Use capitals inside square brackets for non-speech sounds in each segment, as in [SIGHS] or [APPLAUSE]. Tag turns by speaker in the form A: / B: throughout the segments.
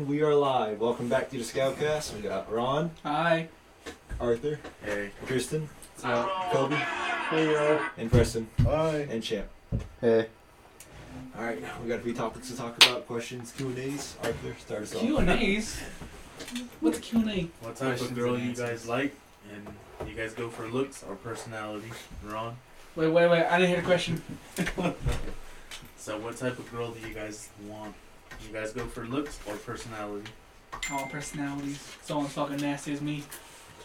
A: we are live. Welcome back to the Scoutcast. We got Ron,
B: Hi.
A: Arthur,
C: Hey.
A: Kristen,
B: So,
A: Kobe,
B: hey, uh,
A: and Preston,
C: Hi.
A: and Champ.
D: Hey.
A: All right, we got a few topics to talk about. Questions, Q and A's. Arthur, start us off.
B: Q and A's. What's Q and A?
C: What type of
E: Questions
C: girl
E: and
C: you
E: answers.
C: guys like? And you guys go for looks or personality? Ron.
B: Wait, wait, wait. I didn't hear the question.
C: So what type of girl do you guys want? You guys go for looks or personality?
B: Oh, personalities. Someone's fucking nasty as [LAUGHS] me.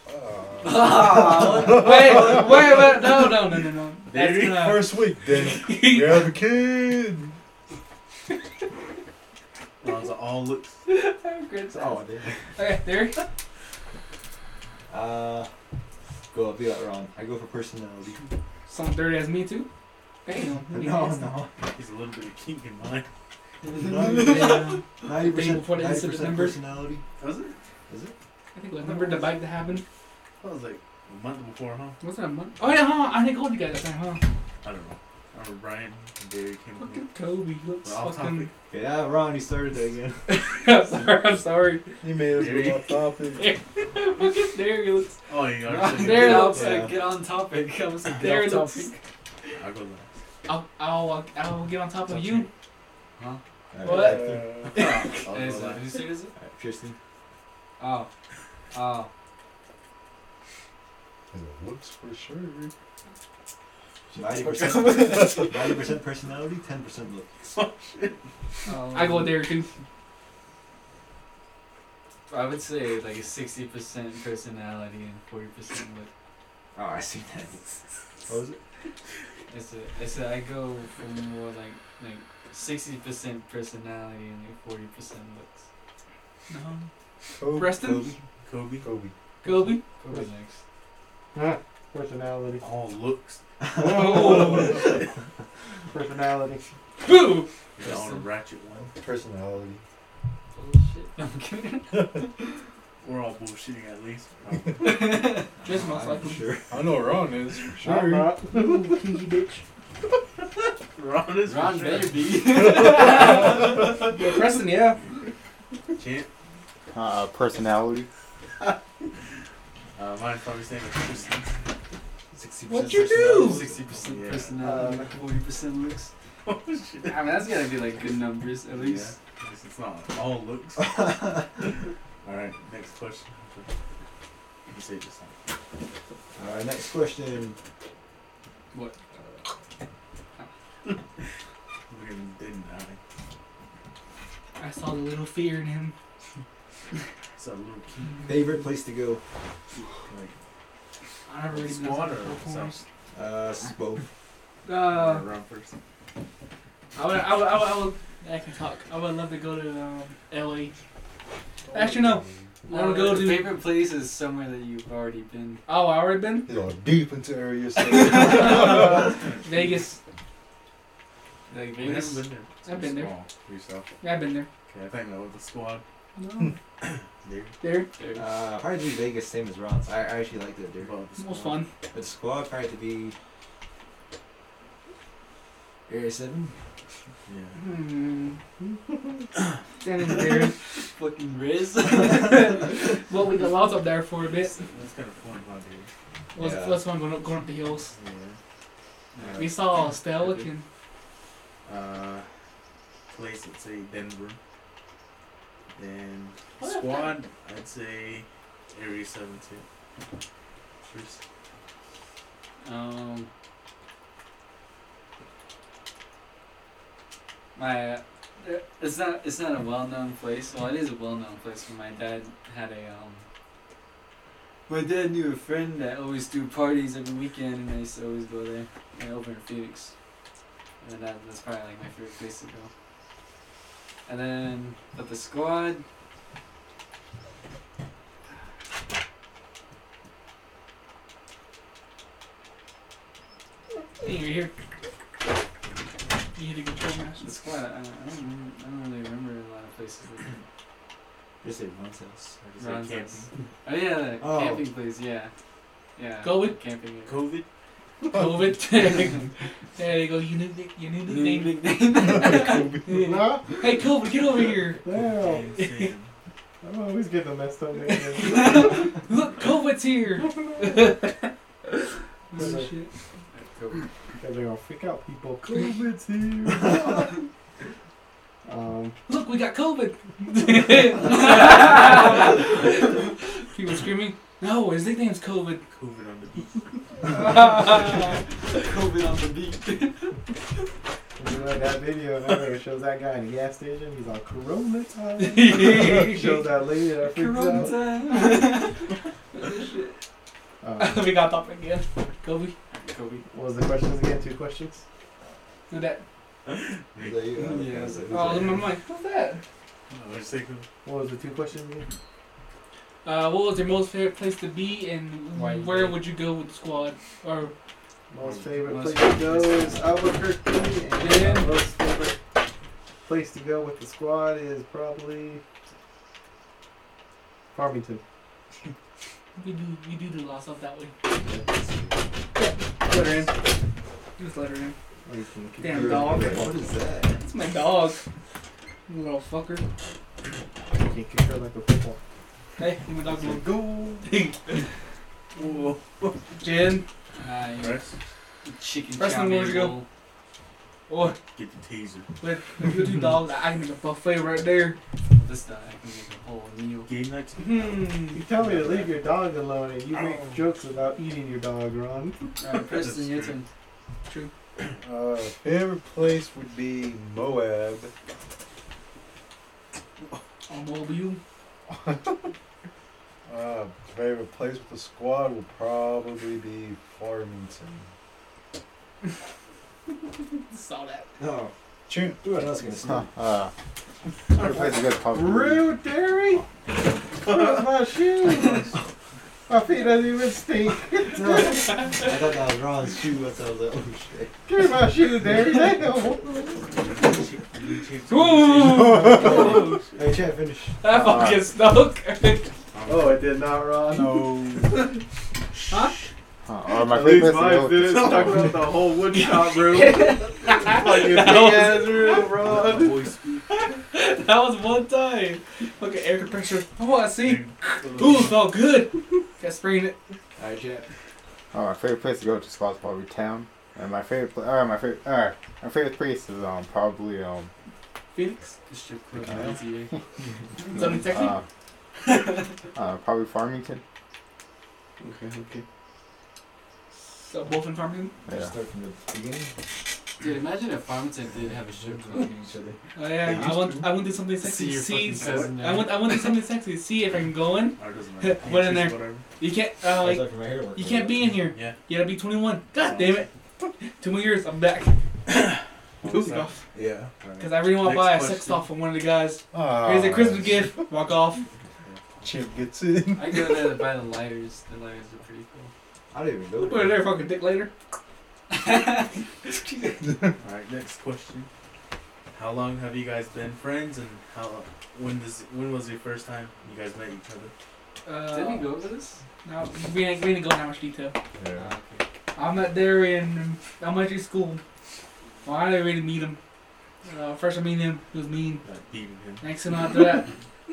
E: Uh, [LAUGHS]
B: wait, wait, wait. No, no, no, no, no. That's
C: Very
B: gonna.
E: first week, then we have a kid.
C: Ron's all looks.
B: Good size.
A: Oh, dude.
B: Okay, there.
A: Uh, go up. You got Ron. I go for
B: [LAUGHS]
A: personality.
B: Someone dirty as me too. [LAUGHS] Damn.
A: No, no.
C: He's a little bit of kink in mine.
B: Damn.
A: Ninety
B: Thing
A: percent.
B: before the
A: Ninety
B: incident
A: percent
B: number.
A: personality.
C: Was it?
A: Is it?
B: I think remember the bike that happened.
C: That was like a month before, huh?
B: Was it a month? Oh yeah, huh? I think I told you guys that time, huh?
C: I don't know. I remember Brian and Barry came with me.
B: Fucking Kobe looks
C: We're off
B: fucking.
C: topic.
A: Yeah, Ron. You started that again.
B: [LAUGHS] I'm sorry. I'm [LAUGHS] sorry.
E: You made us
C: Very-
E: go off topic.
B: fucking Derry looks.
C: Oh, you
B: Ron,
C: got
B: there
E: Get
B: it
E: off-
B: looks.
A: Yeah.
E: Get on topic. I was like, get
B: Derry
E: off
B: looks.
E: topic.
C: I'll go last.
B: [LAUGHS] I'll, I'll, uh, I'll get on top of
C: Touch
B: you.
C: me. Huh?
F: [LAUGHS]
A: All right,
B: What?
A: Arthur.
E: Uh,
C: I'll
E: Is
C: go
E: it-
C: last.
E: who said is it?
A: All right, Kristen.
B: Oh. Oh.
E: Looks for sure.
A: Ninety percent. Ninety percent personality. Ten percent Oh, look.
B: oh. I go there [LAUGHS] too.
E: I would say like a sixty percent personality and forty percent look.
A: Oh, I see that. What was it?
E: It's a, it's a, I go for more like like sixty percent personality and like forty percent looks.
B: No.
F: Kobe.
B: Preston?
C: Kobe.
F: Kobe.
B: Kobe?
E: Probably next. [LAUGHS]
F: Personality.
C: All looks.
B: Oh.
F: [LAUGHS] Personality.
B: [LAUGHS] Boo!
C: You got on a ratchet one.
F: Personality.
E: Bullshit. I'm kidding.
C: We're all bullshitting at
B: [LAUGHS]
C: least.
B: Just most
A: I'm
B: likely.
A: sure.
F: I know Ron is. For
D: I'm
E: [LAUGHS]
D: not.
C: Ron is
E: Ron
C: for
E: better
C: sure.
E: [LAUGHS] be.
B: Yeah, Preston, yeah.
C: Champ.
D: Uh, personality.
C: Uh, mine's probably saying it's Kristen.
A: Sixty
B: What you do?
E: Sixty percent
C: Yeah.
B: Uh,
E: personality, uh, forty percent
B: [LAUGHS]
E: looks.
C: Oh shit.
E: I mean, that's gotta be like good numbers at least.
C: Yeah. It's- It's not all
E: [LAUGHS]
C: looks. Alright, next question. You say it this time.
A: Alright, next question.
E: What?
C: We didn't, didn't I?
B: I saw the little fear in him.
C: It's a little key.
A: Favorite place to go?
C: Like,
B: I never really
C: Squad
B: been
C: or
B: performance.
A: Uh, both.
B: Uh,
C: run first.
B: I would, I would, I would, I would, I can talk. I would love to go to um, LA. Actually, no. I want to go
E: Your
B: to.
E: Uh, favorite place is somewhere that you've already been.
B: Oh, I already been?
F: He's all deep into area. [LAUGHS] So
B: [LAUGHS] Vegas.
E: Like
C: We haven't
E: Vegas.
C: been there.
B: I've been there.
C: Small. Yourself.
B: Yeah, I've been there.
C: Okay, I think that was the squad.
B: No.
C: There.
B: there.
E: There.
A: Uh, probably do Vegas, same as Ron's. I, I actually like that there.
C: Well, the
B: It's most
C: squad.
B: fun.
A: But squad probably to be Area Seven.
C: Yeah.
B: Hmm. Standing there.
A: [LAUGHS]
E: Fucking Riz.
A: Uh,
B: Well, we got lost up there for a bit.
C: That's, that's kind of fun, huh, dude?
B: What's,
A: Yeah.
B: what's one going up, going up the hills?
C: Yeah. Uh,
B: We saw Stelic and
C: Uh, place, I'd say Denver. Then
B: What?
C: squad, I'd say Area 72. First,
E: um. My, uh, it's not it's not a well known place. Well, it is a well known place. But my dad had a um. My dad knew a friend that always threw parties every weekend, and I used to always go there. And over in Phoenix, and that, that's probably like my favorite place to go. And then, but the squad.
B: Hey, you're here. You hit a control mash.
E: The squad, I, I, don't, remember- I don't really remember a lot of places. that-
A: Just say Ron's house.
C: I'd say
E: Ron's
C: camping.
E: house. Oh yeah, the
A: Oh.
E: camping place. Yeah, yeah.
B: Go with-
E: camping. area.
C: COVID?
B: COVID. there you go. You knew the, you knew the
E: New
B: name.
E: nickname. [LAUGHS]
B: hey, COVID, get over here.
C: Damn, Sam.
F: I'm always getting them messed up. [LAUGHS]
B: Look, COVID's
E: [LAUGHS]
B: here. Oh, shit.
F: They're gonna freak out people. COVID's here. [LAUGHS] um,
B: Look, we got
E: [LAUGHS]
B: COVID. People screaming. No, his nickname's
E: [LAUGHS]
B: COVID.
C: COVID on the beach.
E: COVID on the beat.
F: you know, that video there where it shows that guy in a gas station. He's on
A: [LAUGHS]
F: Corona time. shows that lady that freaks
E: Corona
F: out.
E: [LAUGHS] time.
F: Um,
B: we got off again. Kobe,
E: Kobe.
F: what was the questions again? Two questions.
B: do that.
A: Is that you?
E: Yeah,
A: Okay.
E: it's like-
B: Oh, I'm like, what's that?
C: No, it's like,
F: What was the two questions again?
B: Uh, what was your most favorite place to be, and
E: Why you
B: where
E: did.
B: would you go with the squad? Or
A: Mm,
F: Most favorite
E: Most
F: place to go
E: favorite
F: is
E: place to
F: Albuquerque, and
B: Yeah.
F: my most favorite place to go with the squad is probably Farmington.
B: we do we do the loss up that way.
F: Put her in.
B: Just let her in.
F: Oh, you can keep
B: Damn
F: her in.
B: dog.
A: What is that?
B: It's my dog. You Little fucker.
F: You can kick her like a football.
B: Hey, my dog's little.
F: Go.
B: [LAUGHS] Whoa. Jen.
E: Ah, you
C: Rex,
E: chicken
B: First one,
E: chow mein
B: where'd you go?
E: bowl.
B: Oh,
C: get the taser.
B: with you two dogs, I can make a buffet right there.
E: Oh, This time I can make a whole meal.
C: Game
E: [LAUGHS]
C: night.
B: Hmm.
F: You tell me to leave your dog alone, and you make
G: Oh.
F: jokes about eating your dog, Ron.
E: Alright, Preston, your turn.
B: True.
G: Uh, favorite place would be Moab.
B: On mobile.
G: Uh, favorite place with the squad will probably be Farmington.
B: Saw that.
A: No.
G: Tune.
A: Dude, I was gonna say.
D: Huh, uh, everybody's got pop.
F: Rude, Derry. Where's my shoes? My feet doesn't even stink.
A: No. I thought that was Ron's shoe. That's how I was like, oh shit.
F: Give me my shoes, Derry. Damn.
E: [LAUGHS]
C: [LAUGHS]
B: Whoa!
A: Hey, Chad, finish.
B: [LAUGHS] that fucking stunk.
E: [LAUGHS]
F: Oh, it did not, Ron.
G: No.
B: huh?
D: Huh, or my favorite place to go-
F: Talk about the whole woodshop room.
D: [LAUGHS]
F: Fucking big ass room, Ron.
C: Voice.
B: That was one time. Look at air compressor. Oh, I see. Ooh, it felt good. Got sprayed it.
A: Alright, Chad.
D: Oh, my favorite place to go to squad's probably town. And my favorite place, alright, my favorite, alright, my favorite place is um probably um
B: Phoenix.
E: The strip club in LTA.
B: Something sexy.
E: Ah.
D: uh, [LAUGHS] uh probably Farmington.
A: Okay, okay.
B: so both in Farmington.
D: Yeah.
A: Start from the beginning.
E: Dude, imagine if Farmington did have a strip club.
A: each other.
B: Oh yeah. I want. I want to do something sexy.
E: See your
B: See.
E: fucking cousin.
B: I want. I want to do something sexy. See if I can go in.
C: Or
E: [LAUGHS]
C: doesn't matter.
B: What in there?
C: Whatever.
B: You can't. Uh,
A: I
B: like,
A: thought from my hair looked
B: you
A: like
B: can't
A: that.
B: be in here.
C: Yeah.
B: You gotta be 21. God damn it. [LAUGHS] Two more years. I'm back. Ooh, off.
A: Yeah.
B: Cause I really want to
C: Next
B: buy a
C: question.
B: sex off from one of the guys.
A: Oh,
G: Ah,
B: Here's a Christmas gift. Walk off.
G: Chip gets in.
E: I go there to buy the lighters. The lighters are pretty cool.
A: I don't even know.
B: Put it there. Fucking dick later.
C: All right, next question. How long have you guys been friends, and how when this when was your first time you guys met each other?
B: Uh,
E: Didn't we go over this?
B: No, we ain't, we ain't go in that much detail.
G: Yeah.
E: Ah, okay.
B: I'm at there in elementary school. Well, I didn't really meet him. Uh, first I meet him, he was mean.
C: Like beating him.
B: Next time after that,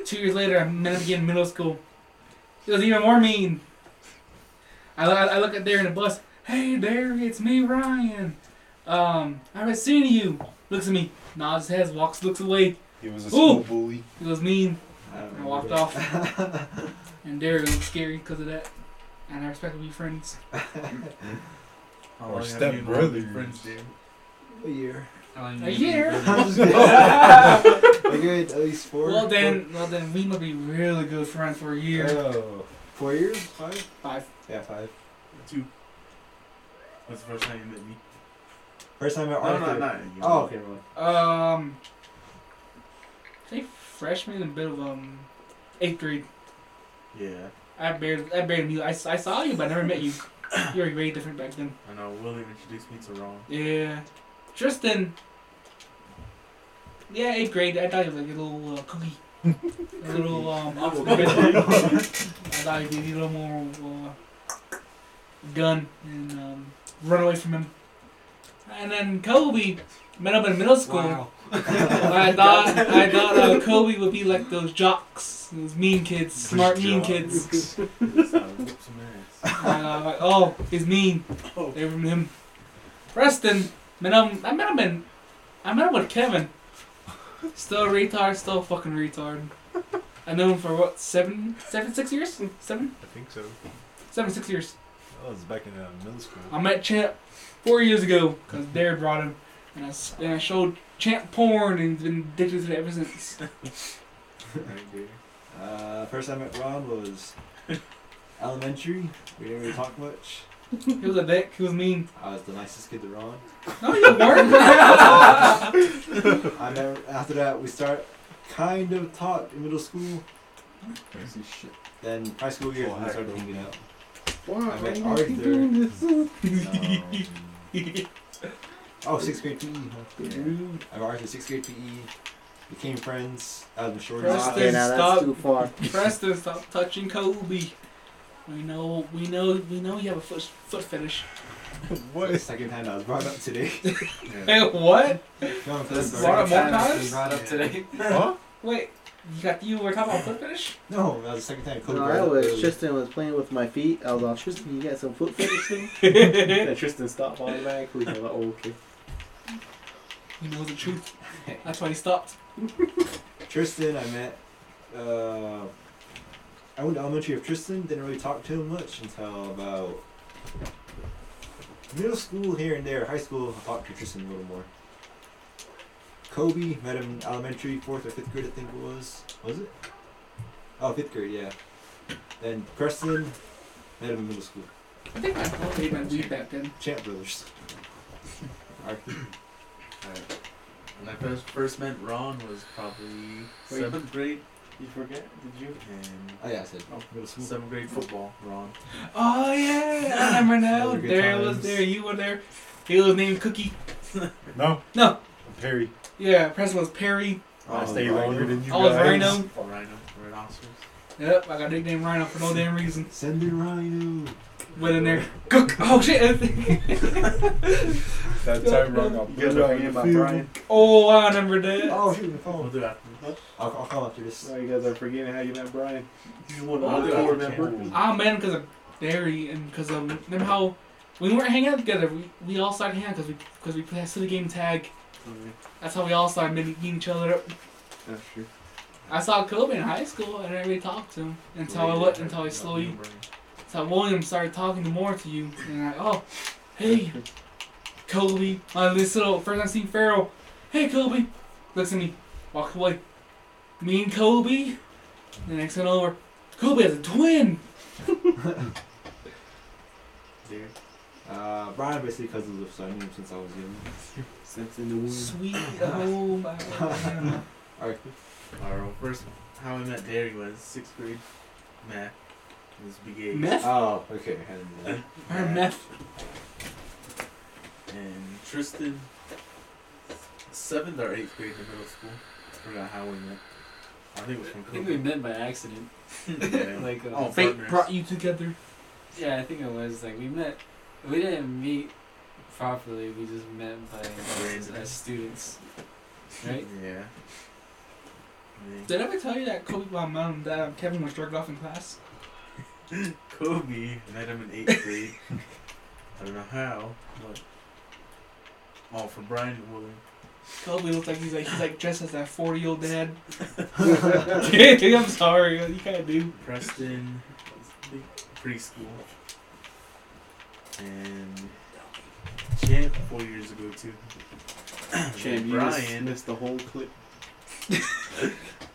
B: two years later, I met him again in middle school. He was even more mean. I, I, I look at there in the bus. Hey there, it's me, Ryan. Um, I haven't seen you. Looks at me, nods his head, walks, looks away.
G: He was a school
B: Ooh.
G: bully.
B: He was mean.
A: I don't
B: I
A: know.
B: walked off. And there it was scary because of that. And I respect to be friends.
C: How
G: Or
C: long have you all
G: stepbrothers.
C: been friends, dude?
A: A
B: [LAUGHS]
A: year. [LAUGHS]
E: How long
B: A
E: you been
B: year.
E: together?
B: [LAUGHS]
A: I'm just kidding. Like, wait, at least four.
B: Well then, well then, we must be really good friends for
A: Four,
B: a year.
A: oh, four years? Five?
B: Five.
A: Yeah, five.
C: Two. What's the first time you met me?
A: First time at
C: No,
A: Arthur.
C: no, not
A: Oh, okay, never mind.
B: Um, I think freshman in the middle of um eighth grade.
C: Yeah,
B: I barely, I barely knew. I, s- I saw you, but I never [COUGHS] met you. You were way different back then.
C: I know. William introduced me to [LAUGHS] Ron.
B: Yeah, Tristan. Yeah, eighth grade. I thought you were like a little uh, cookie, [LAUGHS] a little um. Oxford biscuit.
A: [LAUGHS]
B: I thought you'd be a little more uh, gun and um, run away from him. And then Kobe met up in middle school. I thought I thought uh, Kobe would be like those jocks, those mean kids, smart mean kids. Uh, I'm like, oh, he's mean.
C: Oh.
B: They were from him. Preston, man, I'm, I met him in, I met him with Kevin. Still a retard, still a fucking retard. I know him for what seven, seven, six years, seven,
A: I think so.
B: seven, six years.
A: That was back in uh, middle school.
B: I met Champ four years ago because Dare brought him, and I, s- and I showed Champ porn and he's been addicted to it ever since.
A: Alright, dude. Uh, first time I met Ron was elementary. We didn't really talk much.
B: He was a dick. He was mean.
A: I was the nicest kid to Ron.
B: No, you weren't.
A: I never, after that, we start kind of taught in middle school.
D: Crazy shit.
A: Then high school year,
G: Oh,
A: we
G: I
A: started
G: don't
A: hanging out.
D: Why
F: Oh,
A: I met
D: are you
A: Arthur.
D: doing this?
A: Um, oh, sixth grade PE. Huh? I got Arthur sixth grade PE. Became friends. Out of the short
B: Preston,
D: Okay, now
B: stop.
D: that's too
G: [LAUGHS]
D: far.
B: [LAUGHS] Preston, stop touching Kobe. We know, we know, we know you have a foot, foot fetish.
A: What? Second hand I was brought up today.
B: Hey, what?
A: No, I'm
G: [LAUGHS]
E: This is
B: Brought
A: sorry.
B: up more
E: like the time it's been
B: times?
E: brought up today. [LAUGHS]
D: Huh?
B: Wait, you got you were talking about foot fetish?
A: no, that was the second time. Kobe
F: No,
A: brought
F: I
A: up
F: was
A: earlier.
F: Tristan was playing with my feet. I was like, Tristan, you got some foot fetish
E: [LAUGHS]
F: thing? and Tristan stopped automatically. I was like, oh, okay.
B: He knows the truth. That's why he stopped.
A: Tristan, I met. Uh, I went to elementary with Tristan. Didn't really talk to him much until about middle school here and there. High school, I talked to Tristan a little more. Kobe met him in elementary, fourth or fifth grade, I think it was. Was it? Oh, fifth grade, yeah. Then Preston met him in middle school.
B: I think my phone made my weed back then.
A: Champ brothers. Alright.
C: When I first, first met Ron was probably
E: Wait.
C: seventh grade
E: You forget? Did you?
A: Oh yeah, I said middle
C: and
A: school.
C: seventh grade football. Ron.
B: Oh yeah, I remember now.
A: Those were good
B: There was
A: times.
B: there, you were there. He was named Cookie.
G: No.
B: No.
G: Perry.
B: Yeah, Preston was Perry.
G: I
A: Oh,
G: stayed
A: Rhino.
G: longer than you
B: I was
G: guys.
B: Rhino.
C: Or Rhino. Rhinoceros.
B: Yep, I got nicknamed Rhino for no damn reason.
A: Send me Rhino.
B: Went in there. Cook. Oh shit. [LAUGHS]
G: That time Ron got
E: You guys
G: booed
E: are
G: out
E: forgetting
G: in the
E: about
G: field.
E: Brian.
B: Oh, I remember that.
A: Oh, shoot the
C: We'll
A: phone.
C: do after.
A: I'll, I'll call after this.
F: Now you guys are forgetting how you met Brian. He's one
C: I'll
F: of
C: do
F: the
C: it
F: core
C: after
F: members.
B: I met him because Ah, of Barry and because of remember how when we weren't hanging out together, we, we all started hanging out because we because we played that silly game tag.
F: Oh,
B: That's how we all started meeting meeting each other up.
D: That's true.
B: I saw Kobe in high school and I really talked to him until I looked until I slowly until William started talking more to you and I oh hey Kobe my this little first time seeing Farrell hey Kobe looks at me walk away me and Kobe the next one over Kobe has a twin
C: Dude.
A: Uh, Brian basically cousins with, so I knew him since I was young.
F: Since in the womb.
E: [LAUGHS]
B: sweet oh my God.
A: Alright,
C: Our first, how I met Derry was sixth grade. Math. It was big age.
B: Meth?
A: oh, okay. And, uh,
B: Or meth.
C: And Tristan, seventh or eighth grade in middle school. I forgot how we met. I think it was from
E: I think we
C: Kobe.
E: met by accident.
C: Yeah.
E: [LAUGHS] like, uh,
C: oh,
B: Fate
C: partners.
B: brought you together.
E: Yeah, I think it was like we met. We didn't meet properly. We just met by
C: Random.
E: as students, right?
C: Yeah.
B: Did I ever tell you that Kobe, my mom, and dad, Kevin was drugged off in class?
C: Kobe met him in eighth grade. I don't know how, but oh, for Brian Woolen.
B: Kobe looked like he's like he's like dressed as that forty year old
E: [LAUGHS]
B: dad. [LAUGHS] I'm sorry, you kind of do.
C: Preston preschool. And Champ four years ago too. And
F: Champ, you just
C: Brian
F: missed the whole clip.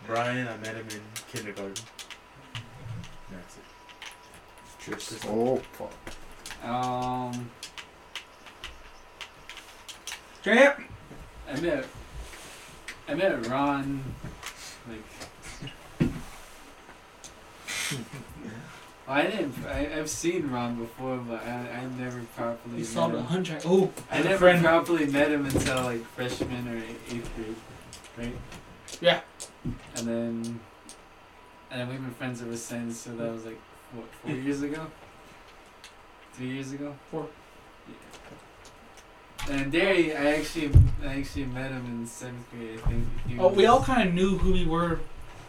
C: Brian I met him in kindergarten. That's it.
A: trips.
D: Oh, fuck.
E: Um,
B: Champ.
E: I met. I met Ron, like.
B: [LAUGHS]
E: I didn't. I, I've seen Ron before, but I, I never properly.
B: You saw
E: met
B: the
E: him.
B: hunchback. Oh,
E: I never
B: friend.
E: properly met him until like freshman or eighth grade, right?
B: Yeah.
E: And then, and then we've been friends ever since. So that was like what four years ago, three years ago.
B: Four.
E: Yeah.
A: And there, he- I actually, I actually met him in seventh grade. I think. He
B: Oh, we
A: was-
B: all kind of knew who we were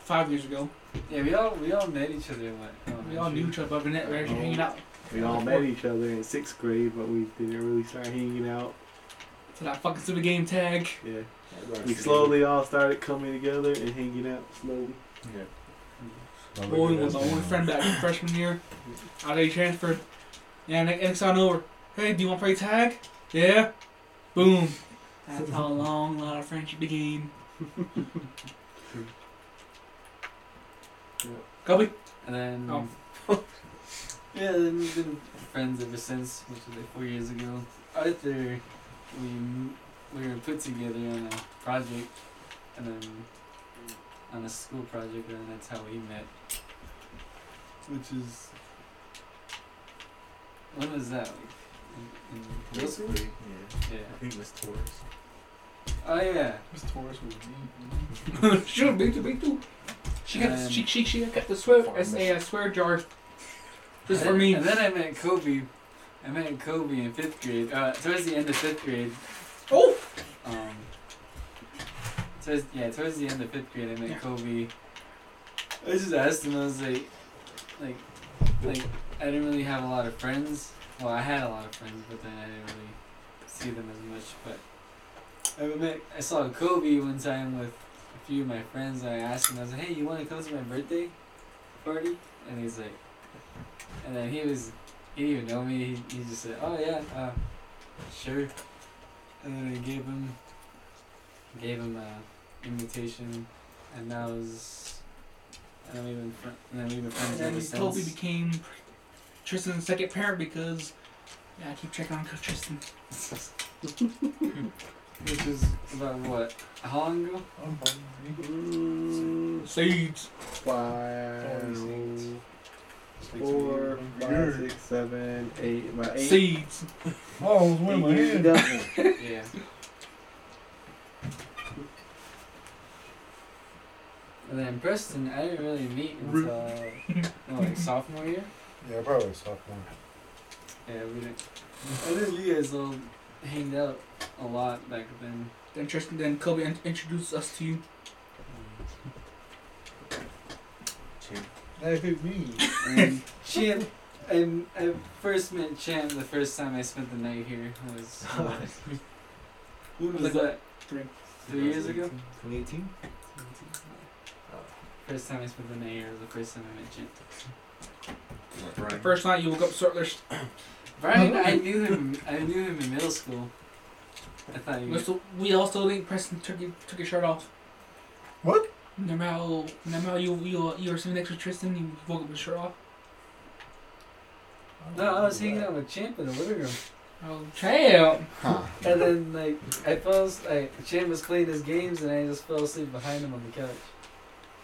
B: five years ago.
A: Yeah, we all, we all met each other. In like, um,
B: We all knew each other, but we're not- we're actually hanging out
F: We all met each other in sixth grade, but we didn't really start hanging out.
B: to that fucking stupid game tag.
F: Yeah. We slowly all started coming together and hanging out slowly.
C: Yeah.
B: Boy was my only friend back from freshman year. Out of transferred. Yeah, next, next on over. Hey, do you want to play tag? Yeah. Boom. That's how long a lot of friendship became. Kobe.
A: And then,
B: Oh.
A: yeah, then we've been friends ever since, which was like four years ago. Arthur, we m- we were put together on a project, and then on a school project, and that's how we met. Which is when was that? Like, in, in middle
C: That's
A: school?
C: great. Yeah. I
A: Yeah.
C: think it was Taurus.
A: Oh yeah.
B: Oh. [LAUGHS] sure, me too, me too. She got
A: Um,
B: she she she got the swear S A swear jar. Just
A: And
B: for
A: then-
B: me.
A: And then I met Kobe. I met Kobe in fifth grade. Uh, towards the end of fifth grade.
B: Oh.
A: Um. Towards, yeah, towards the end of fifth grade, I met
B: Yeah.
A: Kobe. I just asked him. I was like, like, like I didn't really have a lot of friends. Well, I had a lot of friends, but then I didn't really see them as much. But I met, I saw Kobe one time with a few of my friends. And I asked him. I was like, hey, you want to come to my birthday party? And he's like, and then he was, he didn't even know me. He, he just said, oh yeah, uh, sure. And then I gave him, gave him a invitation, and that was, and then we've been, fri- and then we've been
B: And
A: friends
B: then
A: ever
B: he totally
A: since.
B: became Tristan's second parent because yeah, I keep checking on Tristan.
A: Which is about what? How long ago?
B: Seeds.
F: Five, four, five, six, seven, eight. About eight.
B: Seeds.
H: Oh, I was wearing my hand.
A: yeah. And then Preston, I didn't really meet until no, like sophomore year.
H: Yeah, probably sophomore.
A: Yeah, we didn't. I think you guys all hanged out a lot back then.
B: Then Tristan, then Kobe in- introduced us to you.
C: Champ.
H: That hit me.
A: And Champ, and I first met Champ the first time I spent the night here. [LAUGHS] Was when was
B: Like
A: that?
B: three-
A: Three years ago.
I: 2018?
A: First time I spent the night here was the first time I met Champ.
B: The
C: Brian.
B: first night you woke up circlers
A: Brian, I knew him. I knew him in middle school. I thought you.
B: So we also think Preston took your, took your shirt off.
H: What?
B: Remember how remember how you you were- you were sitting next to Tristan you woke up with your shirt off?
A: No, I was hanging out with Champ in the living room.
B: Oh damn.
A: And then like I fell as- like Chan was playing his games and I just fell asleep behind him on the couch.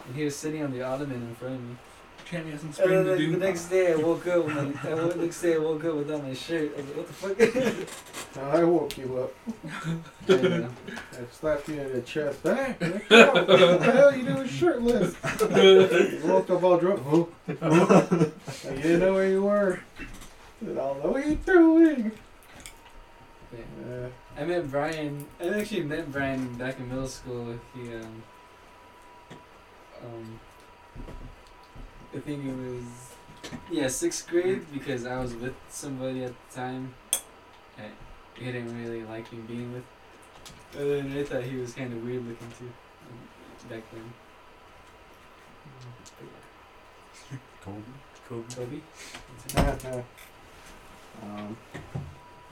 A: And he was sitting on the ottoman in front of me.
B: Champion has some
A: And
B: screaming
A: then
B: to
A: like,
B: do.
A: the next day I woke up and I, the next day I woke up without my shirt. I was like, what the fuck?
F: I woke you up.
A: I don't know.
F: I slapped you in the chest. Hey, wake up. what the hell you doing shirtless? you woke up all drunk. Huh? Huh? I didn't know where you were. I don't know what you doing.
A: Yeah.
F: Uh,
A: I met Brian. I actually met Brian back in middle school. He um, um, I think it was yeah sixth grade because I was with somebody at the time. I, he didn't really like me being with, and then I thought he was kind of weird looking too um, back then.
C: Kobe.
A: Toby.
F: [LAUGHS] um,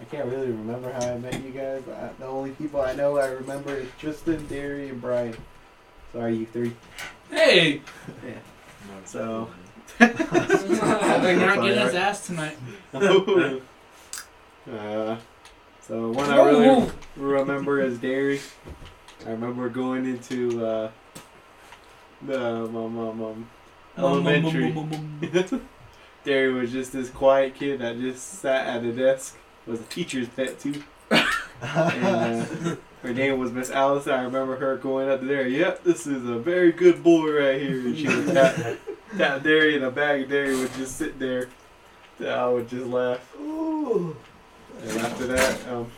F: I can't really remember how I met you guys. But I, the only people I know I remember is Tristan, Derry, and Brian. Sorry, you three.
A: [LAUGHS]
B: Hey!
C: No, it's
F: So-
B: They're not getting his
F: Sorry.
B: ass tonight.
F: [LAUGHS] uh, so one I really remember is Derry. I remember going into uh, the um, um, um, um, elementary. Derry was just this quiet kid that just sat at a desk. Was a teacher's pet too. and, uh, her name was Miss Alice. I remember her going up to there. Yep, this is a very good boy right here. And she would tap, tap Derry, and a bag of Derry would just sit there. And I would just laugh. And after that, um,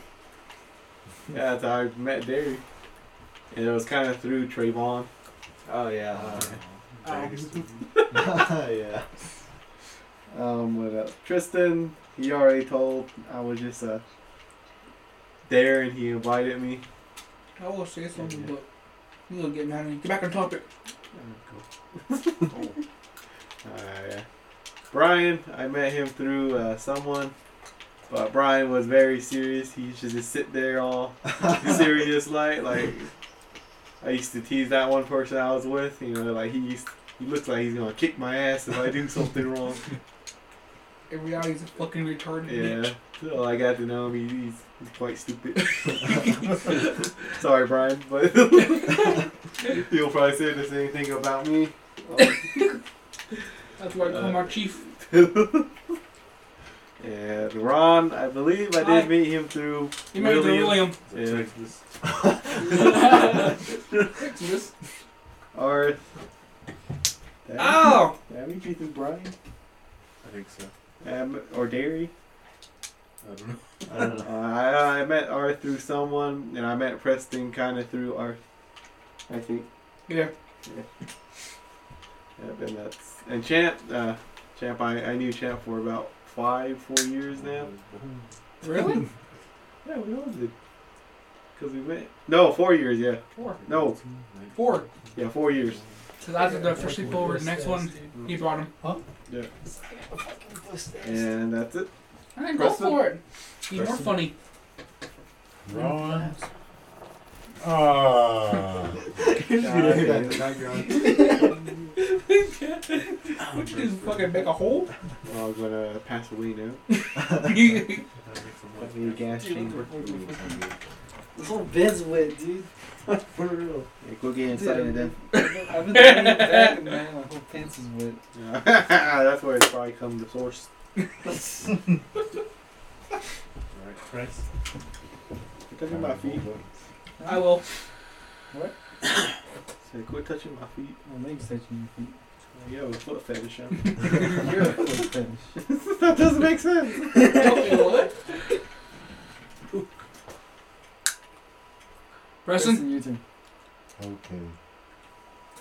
F: Yeah, that's how I met Derry. And it was kind of through Trayvon.
J: Oh yeah.
F: uh,
C: Uh,
F: [LAUGHS]
J: yeah.
F: Um, what else? Tristan, he already told I was just uh, there and he invited me.
B: I will say something, but you gonna get mad at me. Get back on topic.
F: Uh, yeah. Brian, I met him through uh, someone, but Brian was very serious. He used to just sit there all serious like. Like I used to tease that one person I was with. You know, like he used, he looks like he's gonna kick my ass if I do something wrong.
B: In reality, he's a fucking retarded
F: Yeah. So I got to know him. He, he's, he's
J: [LAUGHS]
F: quite stupid. Sorry, Brian, but [LAUGHS] you'll probably say the same thing about me.
B: bitch. That's why I call my chief.
F: And Ron, I believe I did
B: Hi.
F: meet him through
B: You made it to William.
C: uh,
F: Yeah.
K: Texas.
B: Texas.
F: Arth. Did I
B: Oh!
F: meet- did I meet you through Brian?
K: I think so.
F: Um, or Derry?
K: I don't know.
J: I don't
F: Uh,
J: know.
F: I, I met Arth through someone, and I met Preston kind of through Arth. I think.
B: Yeah.
F: Yep, and that's and Champ. Uh, Champ, I, I knew Champ for about five, four years now.
B: Really?
F: Yeah, we all did. Cause we met. No, four years. Yeah,
B: Four.
F: no,
B: Four.
F: yeah, four years.
B: So that's the first sleepover. The next one, he brought him.
F: And that's it.
B: Alright, go
F: Preston?
B: for it. Be more
J: Preston?
B: funny.
F: [LAUGHS]
C: Ron. Ah.
J: You're just gonna hear that
F: [LAUGHS]
J: in the background.
B: What you do? Fucking make a hole?
F: Well, I'm gonna pass away now.
B: Dude,
F: Put me in a gas chamber.
A: This whole bed's wet, dude. [LAUGHS] For real.
F: Yeah, go get
A: Dude,
F: inside
A: I've
F: and
A: been,
F: then.
A: I've been laying back and man, my whole pants is wet.
F: [LAUGHS] that's where it's probably come the source.
K: Alright, Chris.
F: Touching my feet.
B: I [LAUGHS] will.
F: Say, quit touching my feet.
A: My legs touching your feet.
F: You have a foot fetish.
A: [LAUGHS]
F: Huh? [LAUGHS]
A: You're a foot fetish.
F: that doesn't make sense.
B: Okay, what? Preston?
A: Preston, your turn.
C: Okay.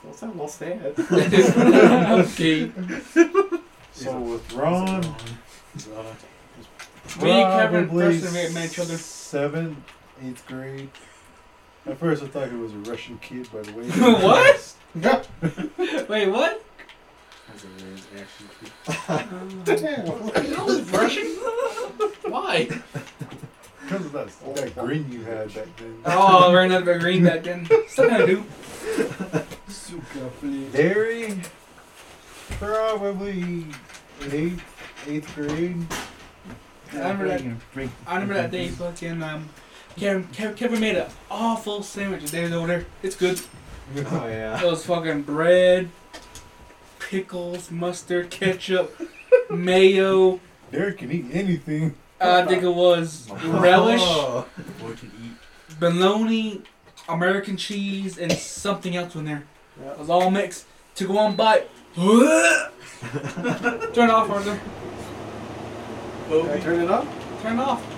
F: Don't sound all sad.
B: [LAUGHS] okay.
C: So with Ron, Uh,
B: Me, Kevin,
C: probably
B: Preston, we had many children.
C: Seventh, eighth grade. At first, I thought he was a Russian kid by the way.
B: What? Wait, what? [LAUGHS]
K: That's a man's action key.
B: You know it's Russian? Why?
C: Because of that, that grin you had back then.
B: Oh, we're not agreeing that then. Still gonna do.
A: Suka, please.
C: Dairy, probably eighth, eighth grade.
B: I remember that.
A: Break.
B: I remember that day. Fucking um, Kevin, Kev, Kevin made an awful sandwich. The day was over there. It's good.
A: [LAUGHS]
J: Oh yeah.
B: It was fucking bread, pickles, mustard, ketchup, mayo.
C: Dairy can eat anything.
B: Uh, I think it was relish,
J: Oh.
K: Boy can eat.
B: bologna, American cheese, and something else in there.
F: Yeah.
B: It was all mixed. Took one bite. [LAUGHS] Turn it off, Arthur.
F: Did I turn it up?
B: Turn it off.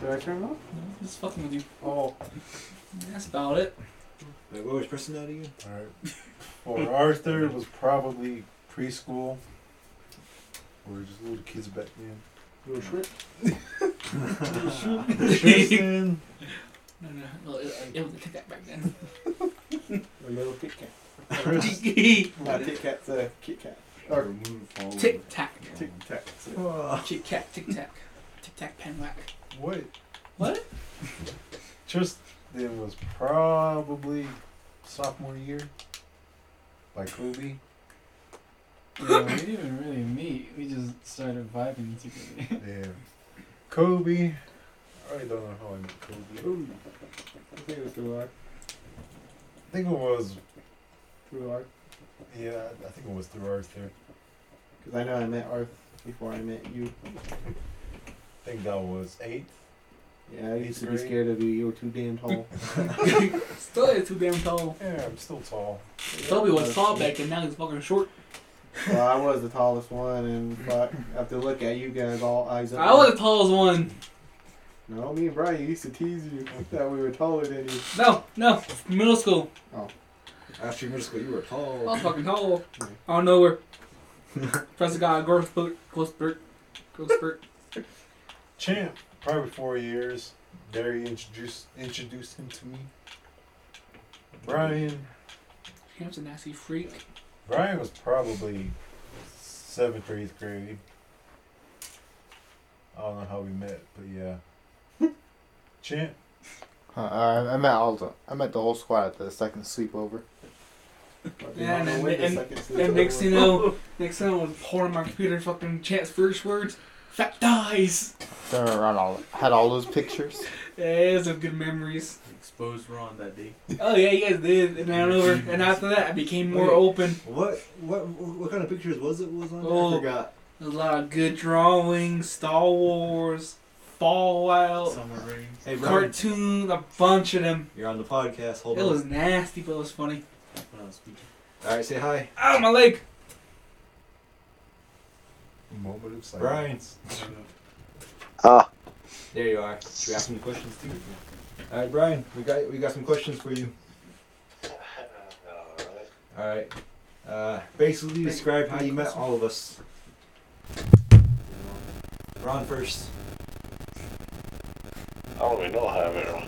F: Did I turn it off?
B: I'm Just fucking with you.
F: Oh,
B: That's about it.
J: Wait, what was personality again?
C: Alright. For Arthur, it was probably preschool. We were just little kids back
B: [LAUGHS]
C: then.
J: Little shrimp.
C: Tristan,
B: No, no, no. It, it, it, take that back then.
F: a little Kit Kat. [LAUGHS]
B: Tic
F: Not Kit Kat's a Kit Kat.
K: Remove all of it.
B: tac.
F: Tic Tac.
J: Oh.
B: Tic tac, tic tac. Tic tac, pen whack.
C: what? [LAUGHS]
B: What?
C: Tristan was probably sophomore year by Kobe.
A: Yeah, we didn't even really meet. We just started vibing together.
C: Yeah. Kobe. I don't know how I met Kobe.
F: I think it was through our,
C: I think it was,
F: through Arth.
C: yeah, I think it was through Arthur.
F: Because I know I met Arth before I met you.
C: I think that was eighth.
F: Yeah, I used
C: Eighth
F: to be
C: grade.
F: scared of you. You were too damn tall.
B: Still is too damn tall.
C: Yeah, I'm still tall.
B: [LAUGHS] Toby was tall back and now he's fucking short.
F: Well, I was the [LAUGHS] tallest one, and fuck, I have to look at you guys all eyes up.
B: I was the tallest one.
F: No, me and Brian used to tease you. I thought we were taller than you.
B: No, no, middle school.
A: After middle school, you were tall.
B: I was fucking tall. I don't know where. Trust God, growth spurt, growth spurt, growth spurt.
G: Champ, probably four years. Derry introduced introduced him to me. Brian,
B: Champ's a nasty freak.
G: Brian was probably seventh or eighth grade. I don't know how we met, but yeah.
C: [LAUGHS]
G: Champ,
D: Huh, uh, I met all the, I met the whole squad at the second sleepover.
B: Yeah, and- and- And next thing you know, next thing I was pouring my computer fucking Champ's first words, fat dies.
D: They were around all had all those pictures.
B: Yeah, some good memories.
C: Exposed Ron that day.
B: Oh yeah, you guys did. And then over, and after that, I became more open.
A: What what what kind of pictures was it was on? there?
B: Oh.
A: I forgot.
B: A lot of good drawings, Star Wars, Fallout,
C: Summer rings.
A: Hey, Brian,
B: cartoon, a bunch of them.
A: you're on the podcast. Hold
B: It
A: on.
B: was nasty, but it was funny.
C: When I was speaking.
A: All right, say hi,
B: Ow, my leg.
G: moment of silence.
A: Brian.
C: I don't know.
A: There you are. You asked me questions too. All right, Brian, we got we got some questions for you. All right. Uh, basically, describe how you met all of us. Ron first.
L: I don't even know how I met Ron.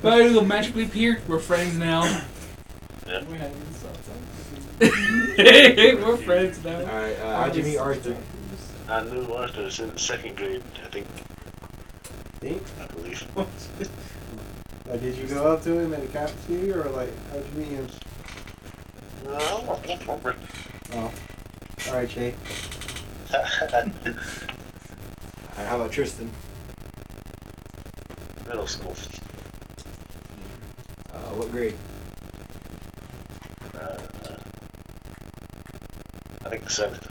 B: But it'll magically appear. We're friends now.
E: We're having this all
B: We're friends
A: All
B: now.
A: right. Uh, how'd you meet Arthur?
L: I knew Arthur was in second grade, I think.
F: Think?
L: I believe. [LAUGHS]
F: Uh, did you go up to him in the cafeteria or like how'd you meet him?
L: No, I don't remember.
F: All right, Jay.
A: All right, Uh, how about Tristan?
L: [LAUGHS] Middle school.
A: Uh, what grade?
L: Uh, I think seventh.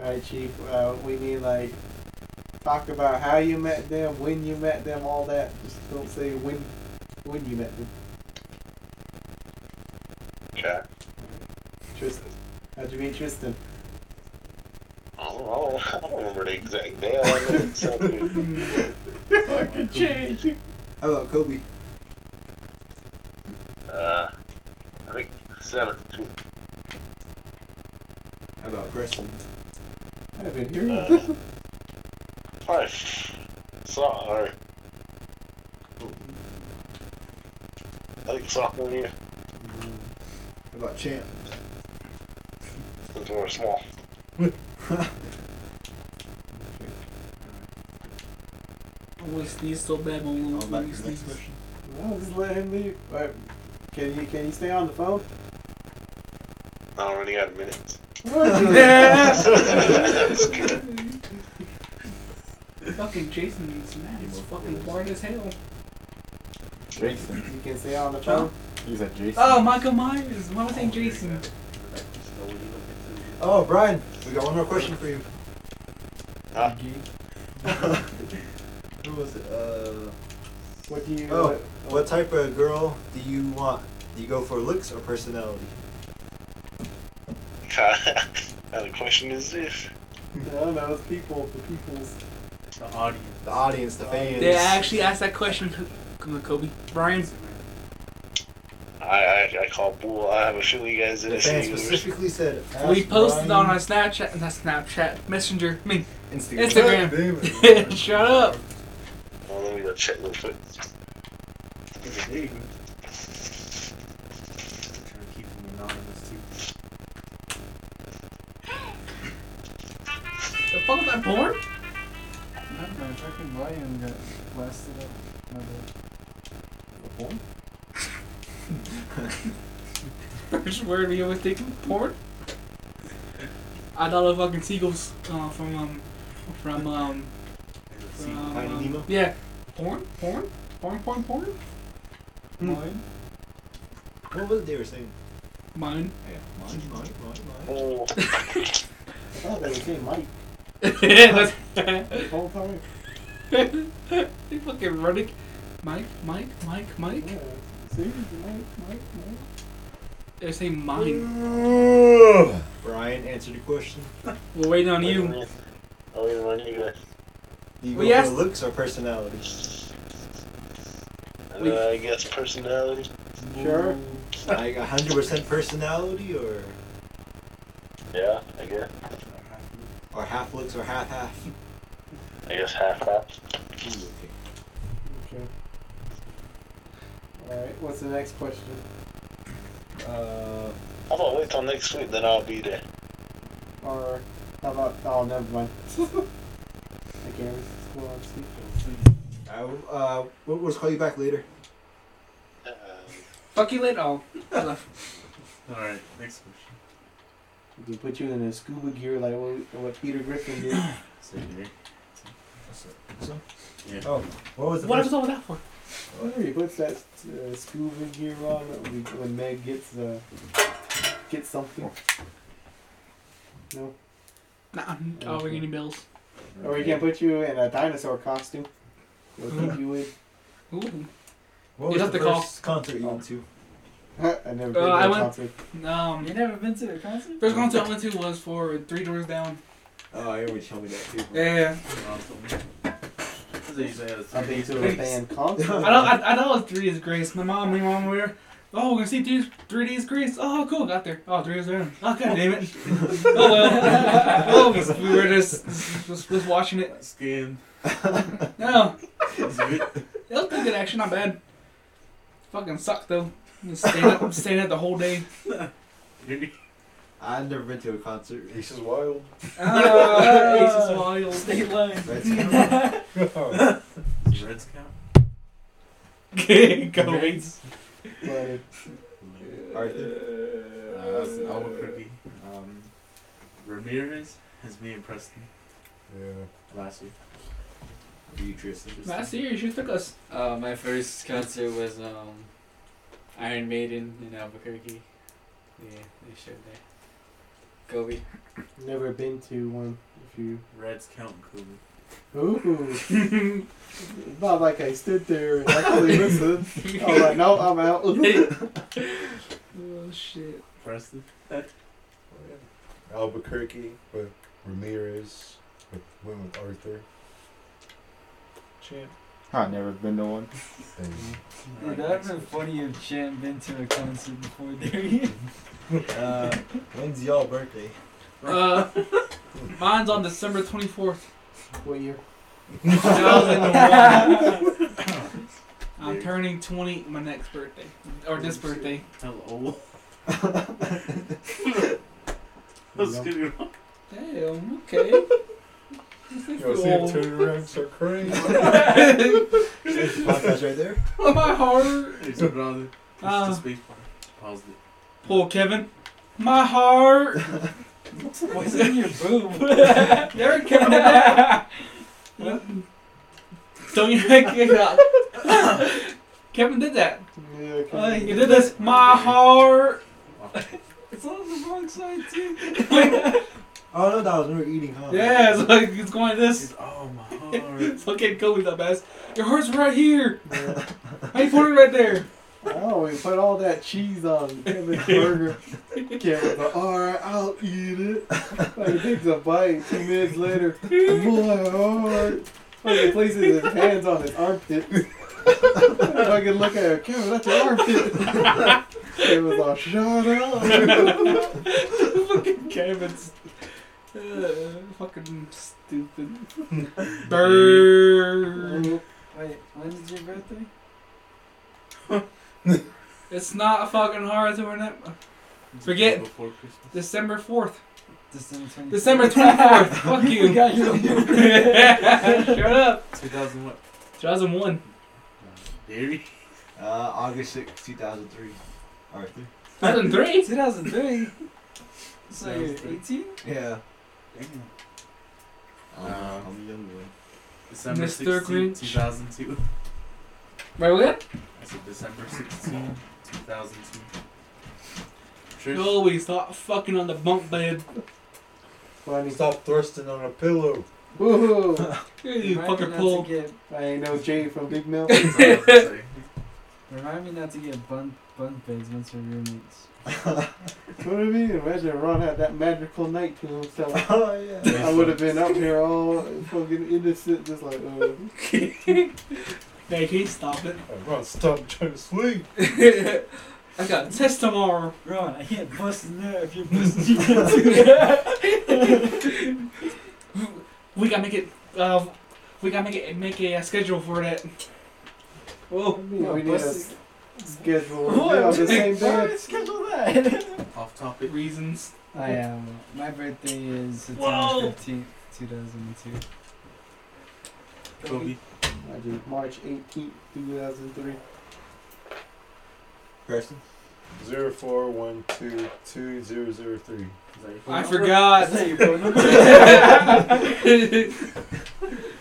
F: All right, Chief. Uh, we need like talk about how you met them, when you met them, all that. Just don't say when when you met them.
L: Okay.
F: Tristan. How'd you meet Tristan?
L: I don't, know. I don't remember the exact day. I know it's
A: [LAUGHS]
L: seventh grade.
F: Fucking change.
A: How about Kobe?
L: Uh, I think seventh. too.
A: How about Preston?
F: I've been hearing.
L: Uh, probably f- saw her. I think sophomore year.
A: How about Champ?
L: Since we were small.
B: I always sneeze so bad when
A: How
B: we
A: about
B: when we
A: your
B: sneeze.
A: next question?
F: [LAUGHS] Well, just let him leave. But can you can you stay on the phone?
L: I don't really got minutes.
B: [LAUGHS]
L: Uh,
B: Fucking Jason is mad. He's fucking boring as hell.
D: Jason.
F: You can stay on the phone.
D: You said Jason.
A: Um,
B: Oh, Michael Myers. Why was I Jason?
C: So when you look at
A: Oh, Brian, we got one more question for you. [LAUGHS]
L: Huh?
A: Who was it? Uh,
F: What do you?
A: Oh.
F: what-
A: what type of girl do you want? Do you go for looks or personality?
L: now the question is this.
F: I don't know. It's people. The people's.
C: the, the audience.
A: The audience, the fans.
B: They actually asked that question. Come on, Kobe. Brian.
L: I, I, I call bull. I have a feeling you guys
A: The
L: didn't
A: fans
L: see yours.
A: specifically said.
B: We
A: "Ask
B: posted on
A: Brian
B: our Snapchat, not Snapchat, Messenger. I mean, [LAUGHS]
A: [LAUGHS] Instagram.
B: Instagram. [LAUGHS] Shut up.
L: Well, Oh, let me go check real quick.
C: I'm trying to keep them anonymous too.
B: The fuck was I born?
E: My fucking volume got blasted up. My bad.
B: First word we always think of, porn. I thought of fucking seagulls uh, from um from um,
C: There's a
B: from,
C: seat.
B: um,
A: Finding Nemo?
B: yeah porn porn porn porn porn mine
A: What was it they were saying?
B: mine [LAUGHS]
A: Yeah, mine, mine, mine, mine.
L: Oh,
F: I thought they were saying Mike
B: That's-
F: the whole time.
B: they fucking running Mike Mike Mike Mike
F: Yeah. Seriously, Mike, Mike, Mike.
B: they say mine
A: Brian answered the question.
B: we're waiting on
L: wait a
B: you
L: Oh, minute. I'll leave it on you guys.
A: Do you
B: Well,
A: go
B: yes.
A: for looks or personality?
B: We-
L: Uh, I guess personality.
D: Sure.
A: like hundred percent personality or
L: Yeah, I guess.
A: or half looks or half half.
L: I guess half half.
F: Okay. All right. What's the next question?
A: Uh,
L: How about wait till next week, then I'll be there.
F: Or how about? Oh, never mind. [LAUGHS] I can't resist going on sleep.
A: I, uh, we'll, we'll just call you back later.
L: Uh,
B: Fuck you later. [LAUGHS] Oh, I left.
C: All right, next question.
F: We can put you in a scuba gear like what, what Peter Griffin did.
C: Same here.
A: Oh, what was the
B: What
A: first?
B: was all that for?
F: Whatever he puts that uh, scuba gear on when, we- when Meg gets uh, gets something.
B: Nah, I'm- oh, we're getting bills.
F: Or we can put Oh, you in a dinosaur costume. We'll keep you in. [LAUGHS]
B: Ooh.
A: What
B: You'd
A: was
B: have
A: the
B: to call.
A: first concert you went to?
F: I never
B: Uh,
F: been to
B: I
F: a
B: went-
F: concert.
B: Um,
E: You never been to a concert?
B: first concert I went to was for Three Doors Down.
A: Oh, I already told me that too.
E: Eh.
B: Yeah.
F: I've been to a band concert.
B: [LAUGHS] I don't. I, I thought it was Three Days Grace. My mom, my mom, we were. Oh, we're gonna see Three, three Days Grace. Oh, cool. Got there. Oh, Three Days Grace. Oh, god damn it. oh well. oh, we- we were just just, just watching it.
C: Skin.
B: No,
C: Zip.
B: it was pretty good actually. Not bad. Fucking sucked though. Just staying up, staying up the whole [LAUGHS] day.
A: I've never been to a concert.
G: Ace is wild.
B: Oh, Ace is wild. State line.
E: [LAUGHS]
A: Reds
E: Uh,
A: Count?
C: Red Scout.
B: [LAUGHS] Go Ace.
F: but
A: Arthur.
C: Uh, that's an Albuquerque. Um, Ramirez has me and Preston
G: Yeah.
C: last year.
A: Are you Tristan?
B: Last year, you should took us.
E: Uh, my first concert was um, Iron Maiden in Albuquerque. Yeah, they showed there. Gobi.
F: never been to one. If you
C: Reds Count and Kobe.
F: Ooh. [LAUGHS] It's Not like I stood there and actually listened. I was like, no, I'm out.
B: Oh shit.
C: Preston.
G: Albuquerque with Ramirez. With, went with Arthur. Champ.
D: I've never been to one.
G: And
E: Dude, that would have been funny if Champ been to a concert before Darius.
A: [LAUGHS] Uh, when's y'all birthday?
B: Uh, mine's on December twenty fourth.
F: what year?
B: 2001. I'm turning 20 my next birthday. Or this birthday.
C: How old? [LAUGHS] What's
F: Yep.
C: going on?
B: Damn, okay.
G: Yo, see him turn around, start crying.
B: [LAUGHS]
A: There's the [LAUGHS] podcast right there.
B: Oh, my heart.
C: It's a brother. It's
B: Ah.
C: just baseball. Pause it.
B: Poor Kevin. My heart.
E: What's in your boob?
B: [LAUGHS] There, Kevin. did that. [LAUGHS] Don't you make it up. [LAUGHS] Kevin did that.
F: Yeah, okay.
B: Uh, you did this. My heart.
E: It's on the wrong side too.
A: Oh no, that was when we were eating, huh?
B: Yeah, it's like it's going this.
C: It's oh my heart.
B: [LAUGHS] Fucking Kobe's the best. Your heart's right here. How you put it right [LAUGHS] there?
F: Oh, we put all that
B: [LAUGHS]
F: cheese on Kevin's burger. Kevin's like, alright, I'll eat it. Like, he takes a bite. Two minutes later, my heart. Fucking places his hands on his armpit. Fucking look at her, Kevin, that's your armpit. [LAUGHS] Kevin's all, shut up.
B: fucking Kevin's uh, fucking stupid. Bird.
E: Wait, when's your birthday?
B: It's not fucking hard to win it. Forget.
C: Before Christmas.
B: December fourth.
E: December 24th.
B: December twenty fourth. [LAUGHS] Fuck you.
E: Got your own
B: Shut up.
C: 2000 what?
B: Two thousand one.
C: Dairy.
A: Uh, August 6, 2003. Arthur.
B: Two thousand three.
E: 2003. So you're 18?
A: Yeah.
C: Damn.
A: Um,
C: Uh,
A: I'm a young boy.
C: December
B: Mr.
C: 16,
B: Grinch.
C: 2002.
B: Right with it?
C: I said December 16, 2002.
B: You
C: Trish.
B: always thought Oh, fucking on the bunk bed.
F: Funny.
G: Stop thrusting on a pillow.
F: Woo! [LAUGHS]
B: You
E: Remind me
B: fucking
E: not to
B: pull.
E: get-
F: I ain't no Jay from Big Mouth.
C: That's all I have to say.
E: Remind me not to get bun- button fades once we're roommates.
F: What do you mean? Imagine if Ron had that magical night to himself.
C: [LAUGHS]
A: Oh yeah.
F: I would have been up here all fucking innocent, just like, uh,
B: [LAUGHS] Hey, can you stop it?
G: Everyone stop trying to sleep.
B: [LAUGHS] I got a test tomorrow. [LAUGHS]
E: Ron, I can't bust in there if you're busting. You [LAUGHS] can't do that.
B: We gotta make it. Uh, we gotta make it make a, uh schedule for that. Oh,
E: Whoa,
F: you know, we need a s-
A: [LAUGHS]
F: schedule
E: What?
F: yeah, on the same
E: Why
F: day.
E: would I schedule that?
C: Off topic.
B: Reasons.
E: [LAUGHS] I am. My birthday is
B: Whoa.
E: September fifteenth, two thousand [LAUGHS] and two.
C: Kobe.
F: Imagine March 18th, 2003.
A: Person.
G: Zero four one two two zero zero three.
C: Is that your phone
B: I
C: number?
B: forgot.
E: your phone [LAUGHS]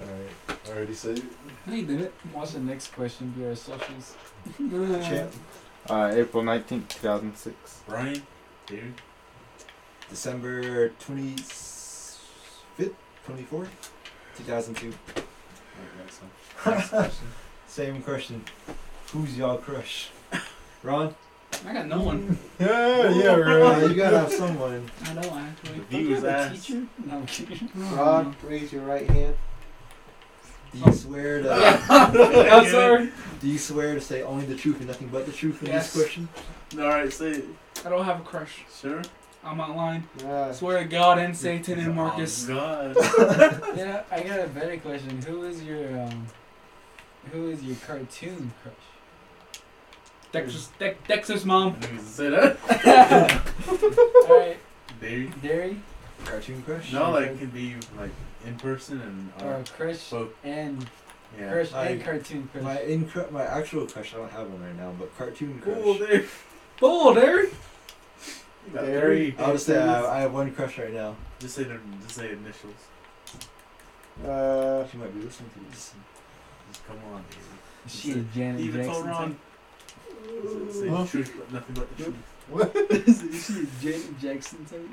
G: Alright. I already said it.
B: No, you didn't.
E: Watch the next question be our socials.
A: Chat.
D: Uh, April 19th, 2006.
C: Brian. Dude.
A: December twenty fifth, twenty fourth, two thousand two. Same question. Who's y'all crush? Ron?
B: I got no one.
A: Uh,
G: Yeah, yeah,
A: you
G: right.
A: gotta have someone.
B: I know actually.
C: The views ass.
E: Teacher? No, I'm kidding.
F: Ron, raise your right hand.
A: Do you swear to
B: [LAUGHS] I'm sorry.
A: do you swear to say only the truth and nothing but the truth in
B: Yes.
A: this question?
C: Alright, say it.
B: I don't have a crush.
C: Sure.
B: I'm not lying. I
F: Ah,
B: swear to God and Satan and Marcus.
C: Oh, God.
E: You know, I got a better question. Who is your um, who is your cartoon crush?
B: Dexter's, De- Dexter's mom.
C: I knew you was gonna say that.
E: All right,
C: Dude.
E: Derry
A: Cartoon crush?
C: No, like, it could be, like, in person and. Uh,
E: or crush
C: Both.
E: and
C: Yeah.
E: crush
A: I-
E: and cartoon crush.
A: My in my actual crush, I don't have one right now, but cartoon crush.
C: Cool, dude.
B: Bull, Derry.
C: You got
F: Very-
C: three.
A: I'll just say I, I have one crush right now.
C: Just say, the, just say initials.
F: uh,
A: She might be listening to
C: [LAUGHS]
A: this. [LAUGHS]
C: Just come on, dude.
E: she is Janet
C: Even
E: Jackson.
C: told Ron. Say- say the truth, but nothing but the truth.
E: is [LAUGHS] she a Janet Jackson type?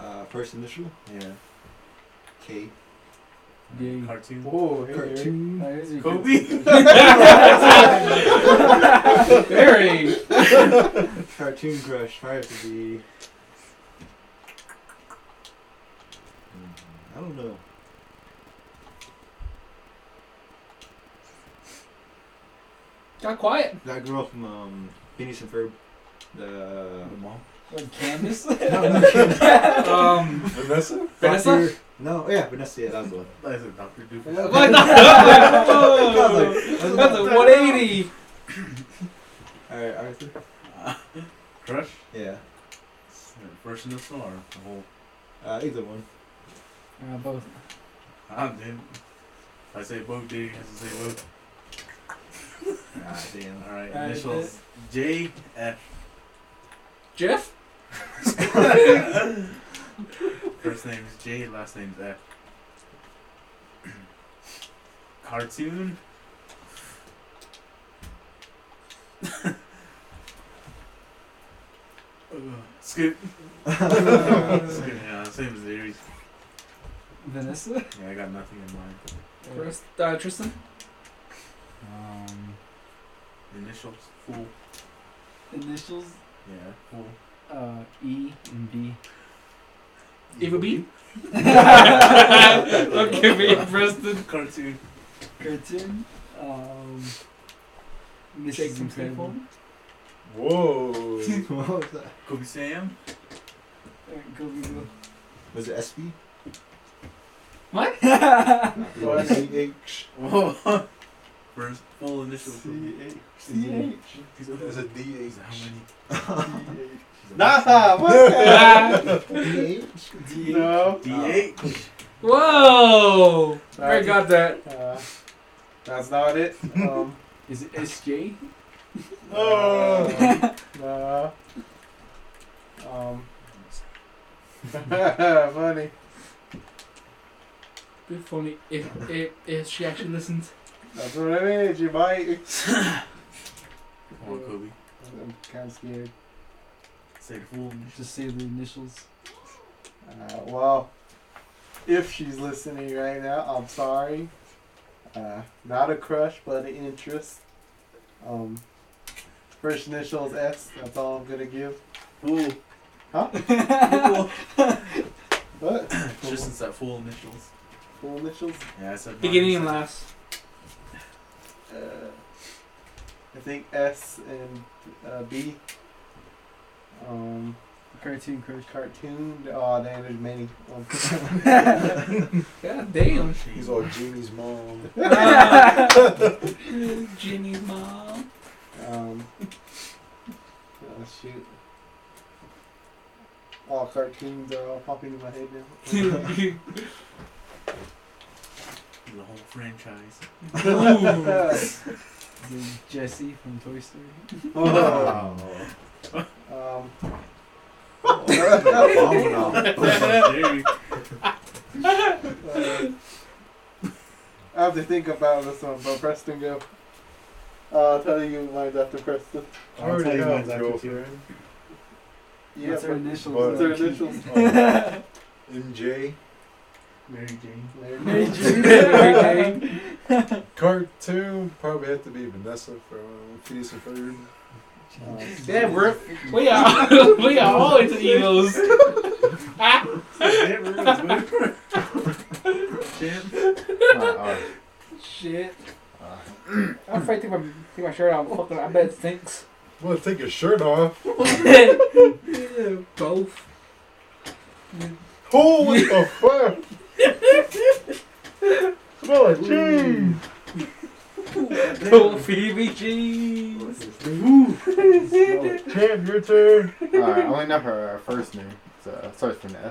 A: Uh, first initial?
C: yeah.
A: K.
E: Derry.
C: Cartoon.
F: oh, hey, Eric.
A: Cartoon.
E: Oh, who's your
C: Kobe.
B: [LAUGHS] Derry.
F: [LAUGHS]
A: Cartoon crush. Probably have to be. Mm, I don't know.
B: Got quiet.
A: That girl from um, Phineas and Ferb. The. uh,
C: mom.
E: What, Candace?
A: No, no, Vanessa?
B: Um,
G: Vanessa?
B: Vanessa.
A: No, yeah, Vanessa, yeah, that was the one.
C: That is a Dr.
B: What?
C: Doofus.
B: the- [LAUGHS]
A: That
B: Whoa.
A: was like-
B: That's a 180.
A: [LAUGHS] Alright, Arthur?
C: Crush.
A: Yeah.
C: First in the star. The whole.
A: Uh, either [LAUGHS] one.
E: Uh, both.
C: I didn't. I say both, dude. You have to say both.
A: Ah, damn.
C: Alright,
E: Alright,
C: initials. J F.
B: Jeff.
C: First name is J, last name is [CLEARS THROAT] F. [LAUGHS] Cartoon. Ugh,
E: [LAUGHS]
C: Skip. Skip, yeah, same as Aries.
E: Vanessa?
C: Yeah, I got nothing in mind.
B: Chris- uh, Tristan.
E: Um,
C: Initials, fool.
E: initials?
C: Yeah, fool.
E: Uh, E and B.
B: Eva B. [LAUGHS] okay, me, Preston.
C: Cartoon.
E: Curtin? Um,
B: Jake
E: Mrs.
B: from
E: Incredible?
B: Sandford.
G: Whoa.
A: [LAUGHS] what was that?
C: Kobe Sam. [LAUGHS]
E: Uh, Go, go, go.
A: Was it SB?
G: C-H.
C: Whoa. First full initial.
G: C-H. There's a D-H.
C: How many?
A: [LAUGHS]
F: NASA, what's that?
E: D.
F: no.
C: D8.
B: [LAUGHS] Whoa! I got that.
F: Uh, that's not it. Um,
E: Is it SJ?
F: Oh. Nah. Um. Funny.
B: Be funny if, if, if she actually listens.
F: That's what I mean. You might.
C: Come on, Kobe.
F: I'm kind of scared.
C: Say fool.
E: Just say the initials.
F: Uh, well, if she's listening right now, I'm sorry. Uh, not a crush, but an interest. Um, first initials S. That's all I'm gonna give.
C: Fool. [LAUGHS]
F: What?
C: Just since that full initials.
F: Full initials?
C: Yeah, I said.
B: Beginning and
C: mine.
B: last.
F: Uh, I think S and uh, B. Um,
E: Cartoon crush.
F: cartoon. Oh, dang, there's many. Um, [LAUGHS]
B: God [LAUGHS] damn.
G: He's
A: [LAUGHS]
G: all Jamie's mom.
B: Uh, Jenny's mom.
F: um, oh, shoot. All cartoons are all popping in my head now.
C: The whole [LAUGHS] franchise.
E: [LAUGHS] Jesse from
F: [LAUGHS]
E: Toy Story.
F: Oh, um,
A: Phenomenal.
C: Jerry.
F: uh, I have to think about this one, but Preston go. Uh, I'll tell you mine's after Preston.
G: I already know exactly
F: Yeah,
E: What's her
F: but-
E: initials?
F: What's her
E: though?
A: [LAUGHS]
F: initials?
G: MJ.
C: Mary Jane.
F: Mary
E: Mary
F: Jane.
A: [LAUGHS]
E: Jane. Mary Jane.
G: Cartoon probably had to be Vanessa
A: uh,
G: from Phineas and Ferb.
B: Damn, we're, [LAUGHS] we are we are all into evils.
C: Damn, we're gonna [LAUGHS] win.
B: Shit. I'm afraid to take my, take my shirt off. Fucking, I bet it stinks.
G: Well, take your
F: [LAUGHS]
G: shirt off.
B: Both.
G: Oh, what the fuck? Smell of cheese.
B: Don't feed me cheese.
G: Champ, your turn.
D: Alright, I only know her first name. So it starts with an S.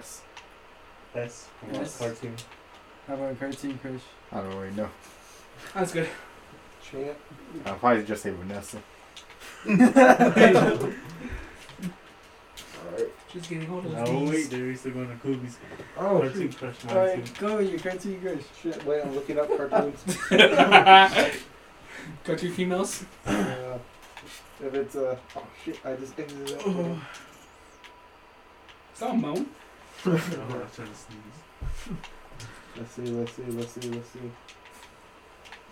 C: That's
E: Yes.
C: cartoon.
E: How about cartoon crush?
D: I don't really know.
B: That's [LAUGHS] good.
F: Champ.
D: I'll probably just say Vanessa.
B: She's getting
C: Oh,
B: hold of those
C: No, wait,
B: knees.
C: Jerry's still going to Kobe's
F: Oh,
C: cartoon crush mine
E: Alright,
C: too.
E: go your cartoon crush.
F: shit. Wait, I'm looking up cartoons.
E: [LAUGHS]
B: Got two females.
F: Uh, if it's uh, oh shit, I just exited that. window.
B: It's not moan.
C: [LAUGHS] Oh, I'm trying to sneeze.
F: Let's see, let's see, let's see, let's see.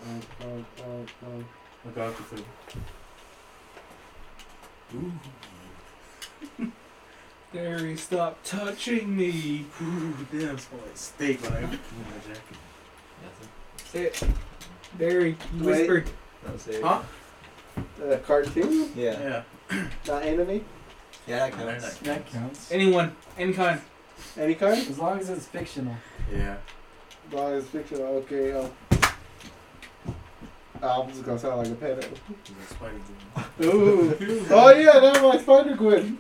F: Um, um, um, um.
C: Look out for food.
B: Barry, stop touching me.
C: Ooh, damn, it's like steak when I put on my jacket.
B: Say it. Barry, you
F: Wait.
B: whisper.
C: Huh?
F: Uh, cartoon?
A: Yeah.
F: Not anime?
A: Yeah, that counts.
E: That counts.
B: Anyone, any kind.
F: Any kind?
E: As long as it's fictional.
C: Yeah.
F: Long as fictional. Okay. Um, oh, I'm just gonna sound like a pedo.
C: That's spider game.
F: Ooh. oh yeah, that's my Spider Gwen.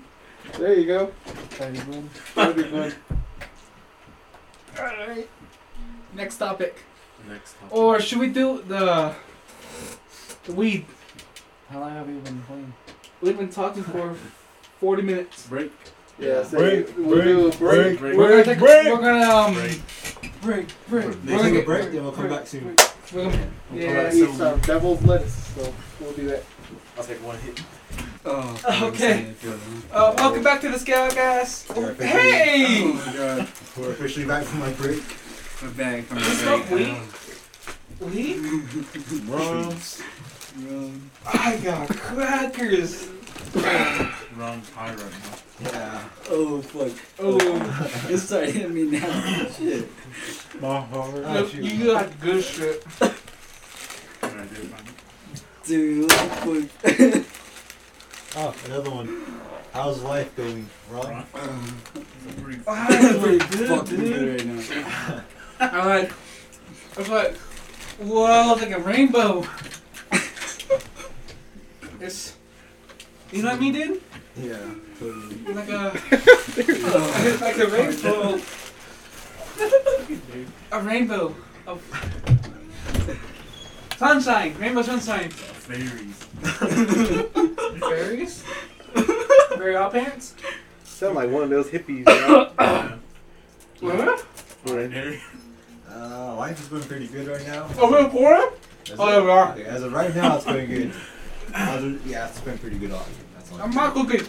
F: There you go.
E: Sorry, Gwen.
F: Spider Gwen.
B: Alright. Next topic.
C: Next topic.
B: Or should we do the the weed?
E: How long have you been playing?
B: We've been talking for 40 minutes.
C: break?
F: Yeah. So
G: Break,
F: we'll do a break.
G: break,
C: break.
B: We're gonna
G: break,
B: take.
G: break.
B: We're gonna um.
C: Break.
E: Break, break.
A: We'll
B: Break.
A: take a break, then we'll come back soon.
B: We're gonna.
C: We'll come
F: Yeah,
B: Yeah.
C: back
F: eat
C: soon.
F: some devil's lettuce. So we'll do that.
C: I'll take one hit.
E: Oh,
B: Okay. Uh, welcome back to the Scout Guys.
A: We're officially-
B: Hey.
E: my god.
A: We're officially back from our break.
E: We're back
C: Oh.
E: from
B: What's
E: the
B: up,
E: break.
B: weed? Weed?
C: Wrong.
E: Wrong.
B: I got crackers.
C: Wrong pie right now.
A: Yeah.
E: Oh, fuck.
B: Oh,
E: It started hitting me now. Shit.
G: My heart.
A: Oh,
B: you, you got good shit.
C: Can I do it, man?
E: Dude, look quick.
A: Oh, another one. How's life going, Ron?
C: Wrong. It's a pretty
E: [LAUGHS]
B: That's pretty good,
E: Fucking
B: dude.
E: good right now.
B: [LAUGHS] I'm like, I'm like, whoa, it's like a
E: [LAUGHS]
B: rainbow. it's, you know what I mean, dude?
A: Yeah. Totally.
B: It's like
E: [LAUGHS]
B: a, it's like a rainbow. a rainbow of sunshine, rainbow sunshine.
C: fairies.
E: [LAUGHS]
B: Berries? Berry all pants?
F: Sound like one of those hippies. [COUGHS] Right?
C: Yeah.
B: Huh?
C: Ordinary.
A: Uh, life is going pretty good right now.
B: Oh, we're poor?
A: As
B: Oh, yeah,
A: of,
B: we are.
A: okay, as of right now, it's going good. As of, yeah, it's been pretty good all year. That's all.
B: I'm not cooking.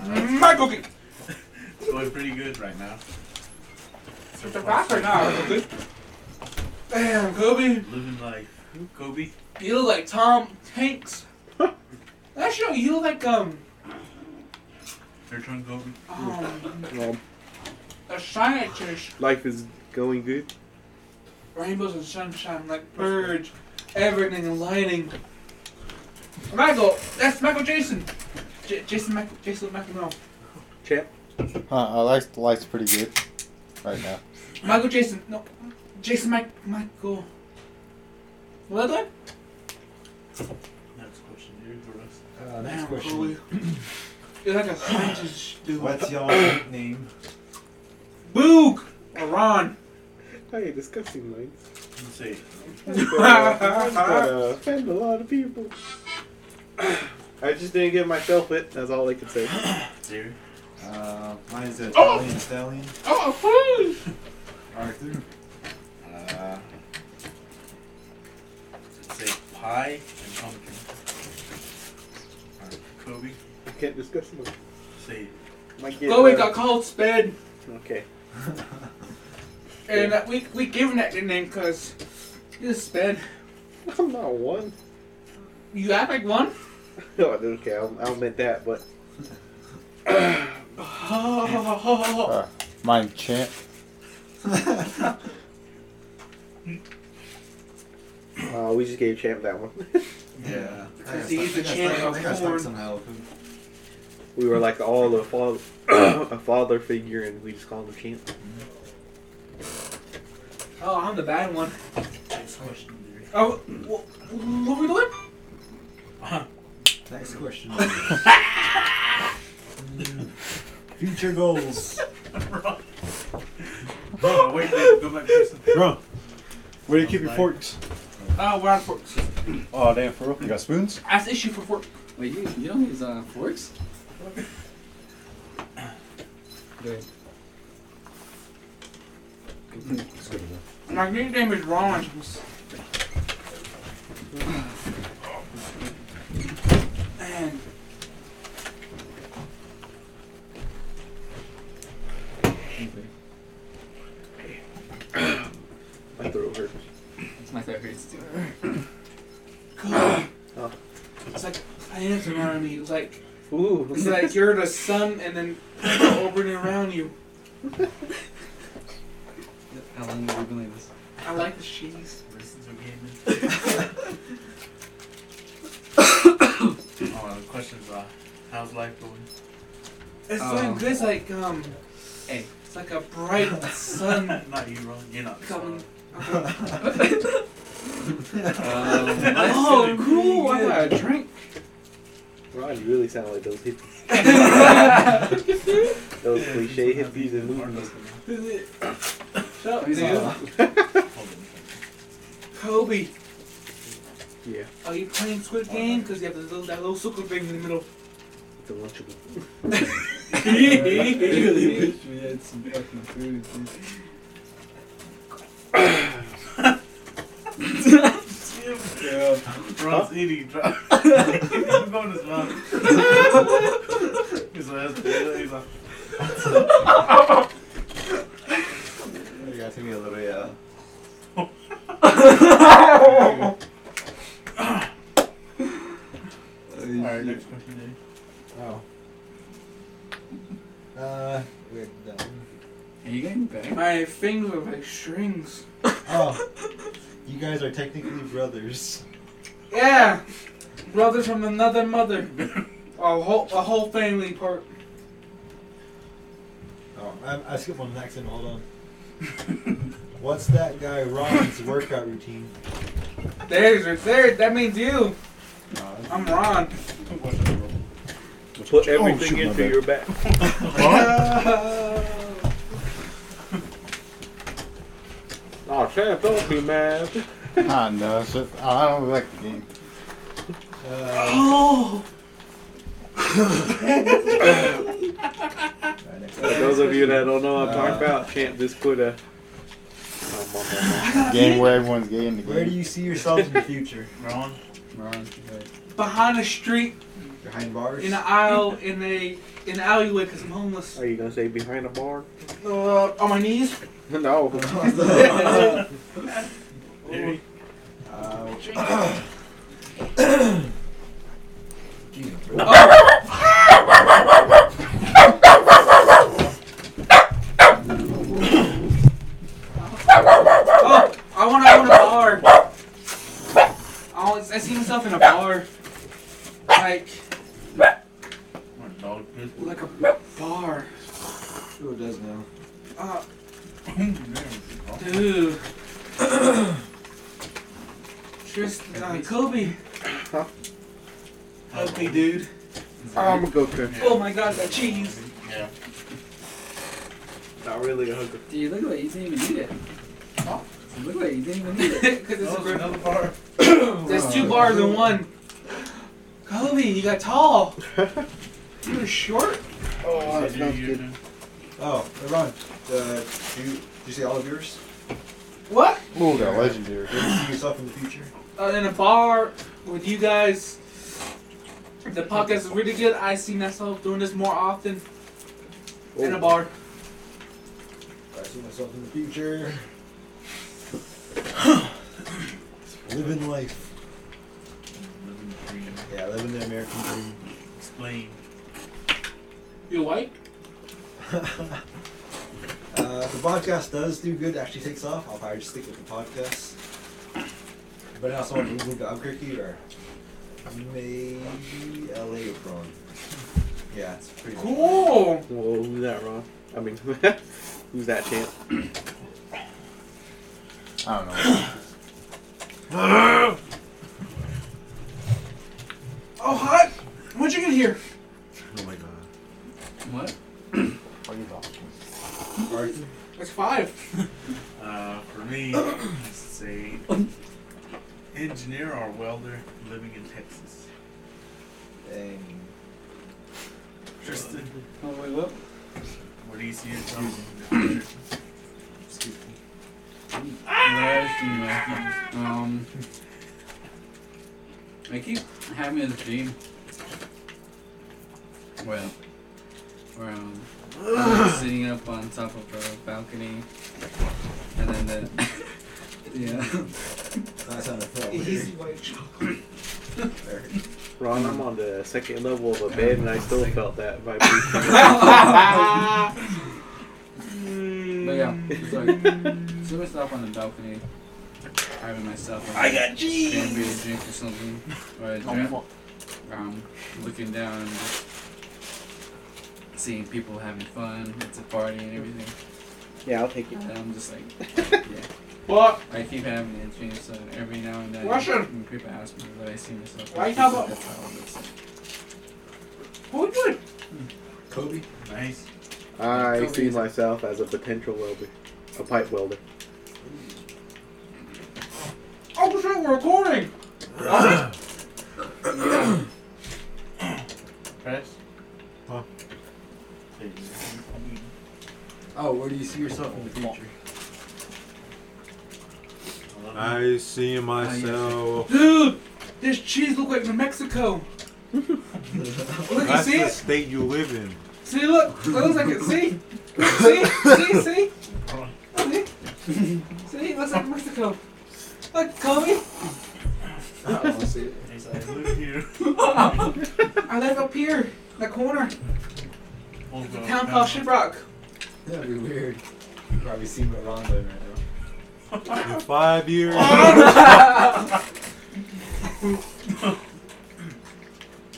B: I'm not cooking.
C: It's going pretty good right now.
B: It's a rock or not? Damn, Kobe.
C: Living life. Kobe.
B: You look like Tom Hanks. Actually, no, you look like um,
C: Your turn, Kobe.
B: um
F: Um,
B: a scientist.
F: life is going good.
B: Rainbows and sunshine, like birds, everything, and lighting. Michael, that's Michael Jason. J- Jason, Michael, Jason, Michael, no.
F: Champ.
D: Huh, uh, life's, life's pretty good right now.
B: Michael Jason, no. Jason, Mike, Michael. What other?
C: Next question, dude. For us.
A: Uh, next question.
B: [CLEARS THROAT] You're like a scientist, dude.
A: What's y'all nickname?
B: Boog or Ron.
F: Hey, disgusting, [LAUGHS] man.
C: Let's see.
F: But, uh, offend a lot of people. I just didn't get myself it. That's all I could say.
C: There.
A: Uh, mine's a Italian stallion.
B: Oh, please.
A: Arthur. Uh,
C: Let's say pie and pumpkin. Alright, Kobe.
F: I can't discuss it.
C: Say
F: Might get,
B: Chloe
F: uh,
B: got called Sped,
F: Okay.
B: and uh, we we give him that good name because he's Sped.
F: I'm not [LAUGHS] one.
B: You act like one.
F: No, Oh, I don't care. I'll, I'll admit that, but
B: Oh,
D: Uh, mine champ.
A: [LAUGHS]
B: [LAUGHS]
F: uh, we just gave Champ that one.
A: yeah. I
B: Cause
A: think I
B: he's the
A: stuck-
B: champ
A: I
B: of
A: think I stuck
B: corn.
A: some elephant.
F: We were like all a father, [CLEARS THROAT] a father figure, and we just called him Champ.
B: oh, I'm the bad one.
C: next question, dude.
B: Oh, what, what are we doing?
A: Next question.
B: [LAUGHS]
A: Mm, [LAUGHS] Future goals.
C: Oh, wait, wait, go back to this.
G: Bro, where do you keep your
C: Like-
G: forks?
B: Oh, we're on forks.
G: Oh, damn, for real? You got spoons?
B: That's the issue for fork.
E: Wait, you, you don't use uh, forks? Good.
B: My nickname is Ron. And
F: My throat hurts.
E: My throat hurts too.
B: God,
F: Oh.
B: it's like planets around me. It's like
F: Ooh.
B: it's like you're the sun, and then people orbiting around you.
E: How long have you been like this?
B: I like the cheese.
C: Versus a gaming. oh, the question's uh, how's life going?
B: It's doing
E: Um.
B: good. It's like um,
E: Hey.
B: it's like a bright sun.
C: not you, Ron. You're not. [LAUGHS]
E: [LAUGHS]
B: Coming.
E: Um,
B: oh, cool! I got a drink.
F: Ron, you really sound like those
B: [LAUGHS]
F: [LAUGHS] hippies. Those cliche hippies in movies.
B: Shut up,
E: He's
B: dude. Kobe,
F: Yeah,
B: are you playing Squid Game? Because you have the little, that little sucker thing in the middle.
F: it's a lunchable.
B: [LAUGHS]
F: [LAUGHS]
E: [LAUGHS] really wish we had some fucking food. dude.
C: Ron's eating. [LAUGHS] Dry. He's going his mouth. He's like, that's- he's like,
A: You got to be a little yeah.
C: Alright, next question, dude.
A: Oh. Uh, we're
B: [LAUGHS]
A: done.
E: Are you getting back?
B: My fingers are like strings.
A: Oh, you guys are technically brothers.
B: Yeah, brothers from another mother. A whole, a whole family part.
A: Oh, I, I skipped one next and hold
B: [LAUGHS]
A: on. What's that guy Ron's workout routine?
B: There's, there. That means you. I'm Ron.
G: Oh,
D: Oh,
F: Put everything into your back. [LAUGHS] Oh, Champ, don't be mad.
D: Ah, no, it's just, I don't like the game.
A: Uh,
B: Oh,
A: alright, next
F: For
A: one.
F: [LAUGHS] those of you that don't know what I'm talking about, Champ just put a. Oh, my,
D: Game where everyone's getting the
A: Where do
D: game.
A: you see yourselves in the future?
C: Ron,
E: Ron, but
B: behind the street,
A: Behind bars?
B: in an aisle, in a, in an alleyway, cause I'm homeless.
F: my. Are you gonna say behind the [LAUGHS] bar?
B: [LAUGHS] Uh, on my knees.
F: No.
A: uh,
C: Dewey,
F: [LAUGHS]
G: Uh,
B: Oh, I want to own a bar. I, want, I see myself in a bar. Like,
C: My dog [LAUGHS] pit.
B: like a bar.
A: Who does now?
B: Uh,
C: Damn.
B: dude. [COUGHS] Trist, uh, Kobe. Help me, dude.
F: I'm gonna go cook.
C: Yeah.
B: Oh my god, that cheese.
C: Yeah.
F: Not really a hooker.
B: Dude, look at what you didn't even need it. Look at what you didn't even need [LAUGHS] it. Because it's
C: Oh,
B: a
C: it's another bar.
B: There's two bars in one. Kobe, you got
C: [LAUGHS]
B: tall. You were short.
F: Oh, that
C: Is it
F: smells
C: you,
F: good.
C: you?
A: Oh, Ron. Uh, do you, did you say all of yours?
B: What?
M: Ooh, that legendary.
A: Do you see yourself in the future?
B: Uh, in a bar with you guys. The podcast is really good. I see myself doing this more often. In
C: Oh.
B: a bar.
A: I see myself in the future. [SIGHS] living life.
C: Living the dream.
A: Yeah, living the American dream. [LAUGHS]
C: Explain.
E: You white?
A: Uh, if the podcast does do good, actually takes off, I'll probably just stick with the podcast. But I also want to move to Albuquerque or maybe LA or Prawn. Yeah, it's pretty
B: Cool.
F: Whoa, who's that, Ron? I mean, [LAUGHS] who's that champ?
M: I don't know.
B: Oh, hot. When'd you get here?
A: Oh my god.
B: What?
M: What are you talking?
A: Arthur?
B: It's five.
C: Uh, for
A: [COUGHS]
C: me, it's a engineer or welder living in Texas.
A: Dang.
C: Tristan,
B: Oh, wait, what?
C: what do you see yourself?
A: Mm-hmm.
C: in the future?
A: Excuse me.
B: Last and
E: Ah!
B: last one. Um, I keep having this dream. Well, where um, I'm sitting up on top of a balcony, and then the yeah.
A: That sounded felt weird.
B: white [LAUGHS]
A: There.
F: Ron, I'm on the second level of a bed, and I still felt that vibration.
E: Ah!
B: But yeah, it's like see myself on the balcony, having myself. a
C: I
B: Cranberry
C: got cheese.
B: drink or something, or a drink. um, looking down and just seeing people having fun. It's a party and everything.
F: [LAUGHS] yeah, I'll take it.
B: And I'm just like,
E: What?
B: I keep having these dreams, so every now and then
E: Russian.
B: people ask me what I see myself.
E: Why you
B: as.
E: talk about-
B: That's how it looks like.
E: Who would?
A: Kobe?
C: Nice.
F: I
B: Kobe
F: see
B: is-
F: myself as a potential welder, a pipe welder.
E: Oh shit, we're recording.
C: Press.
A: Huh?
C: Take it.
A: Oh, where do you see yourself in the future?
C: I
G: I see myself.
E: Dude, this cheese look like New Mexico.
B: Look, you
G: That's
B: see
G: the
B: it?
G: state you live in.
B: See, look. It looks like it. See? See? See? See? See? See? It looks like Mexico. Look, Kobe.
A: I don't want to see it.
C: He's like, look here.
B: I live up here, the corner.
C: We'll go
B: Town
C: down.
B: called Shiprock.
A: That'd be weird. You probably see what Ron doing right now.
G: In five years.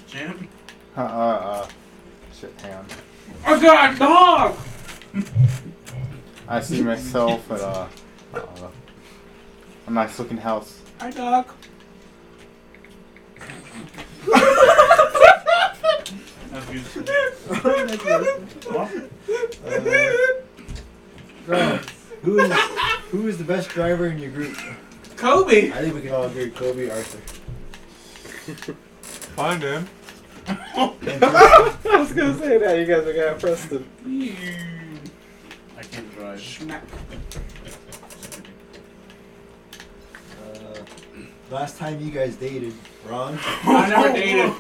C: Jim,
M: Uh, uh, uh. Shit, hang on.
E: I got a dog.
M: I see myself at a, uh, a nice looking house.
B: Hi,
E: [LAUGHS]
B: dog.
C: that's beautiful. [LAUGHS]
A: Uh, Ron, Uh, who is who is the best driver in your group?
B: Kobe.
A: I think we can all agree Kobe Arthur.
G: Find him.
F: [LAUGHS]
A: Uh,
F: I was gonna say that you guys are gonna press the
C: I can't drive.
B: Schmack.
A: Uh, last time you guys dated, Ron?
E: I never dated.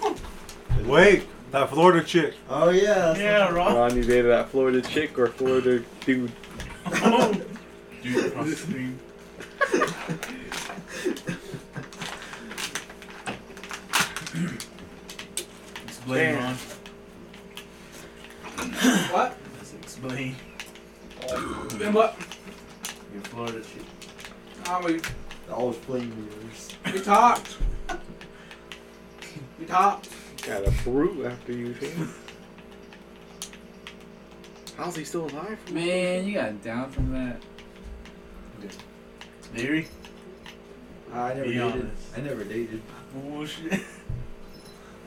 G: Wait, that Florida chick.
A: Oh yeah. that's-
C: Yeah, Rob.
F: Ron, you dated that Florida chick or Florida
C: Dude,
F: dude?
C: across the stream. Explain,
F: Damn.
C: Ron.
B: What?
C: Let's explain
B: And what?
C: your Florida shit.
B: Oh, we,
A: Always playing mirrors.
B: we talked. We talked.
F: Got a brute after you, Shane. How's he still alive?
E: Man, you got down from that.
C: Theory?
A: Uh, I never
C: Be
A: dated.
C: honest.
A: I never dated.
C: Bullshit.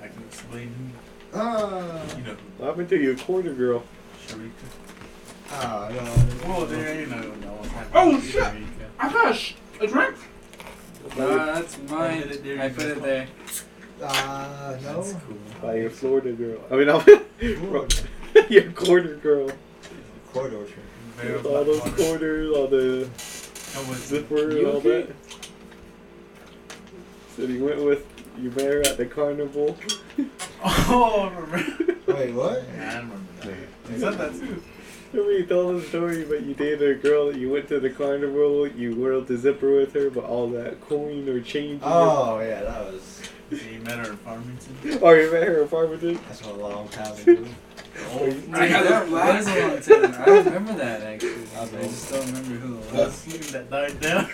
C: I can explain.
A: Ah,
C: You know,
F: What happened to your quarter girl?
C: Sharika.
A: ah, no. no.
C: Well, there you know. no, it's not
B: Oh,
C: Sharika.
B: shit. I got a, sh- a drink.
F: By,
E: Nah, that's mine. I put it there.
A: Ah,
C: That's
A: no.
C: cool.
F: by your Florida girl. I mean, [LAUGHS] i your quarter girl.
A: Corridor train.
C: Very
F: With all those
C: black water.
F: quarters, all the
C: That was
F: zipper, and
E: You
F: all
E: okay?
F: that. So you went with your mare at the carnival.
C: [LAUGHS] Oh, I remember.
A: Wait, what?
C: Yeah, I remember that. Is that that too?
F: Somebody told the story, but you dated a girl that you went to the carnival, you whirled the zipper with her, but all that coin or change. in your-
A: Oh, yeah, that was.
C: So you met her in Farmington?
F: Or you met her at Farmington.
A: That's a long time ago.
C: Oh,
E: Dude, that was a long time. ago. I remember [LAUGHS] that actually. I just don't remember who it
C: that
E: was.
C: scene that died down.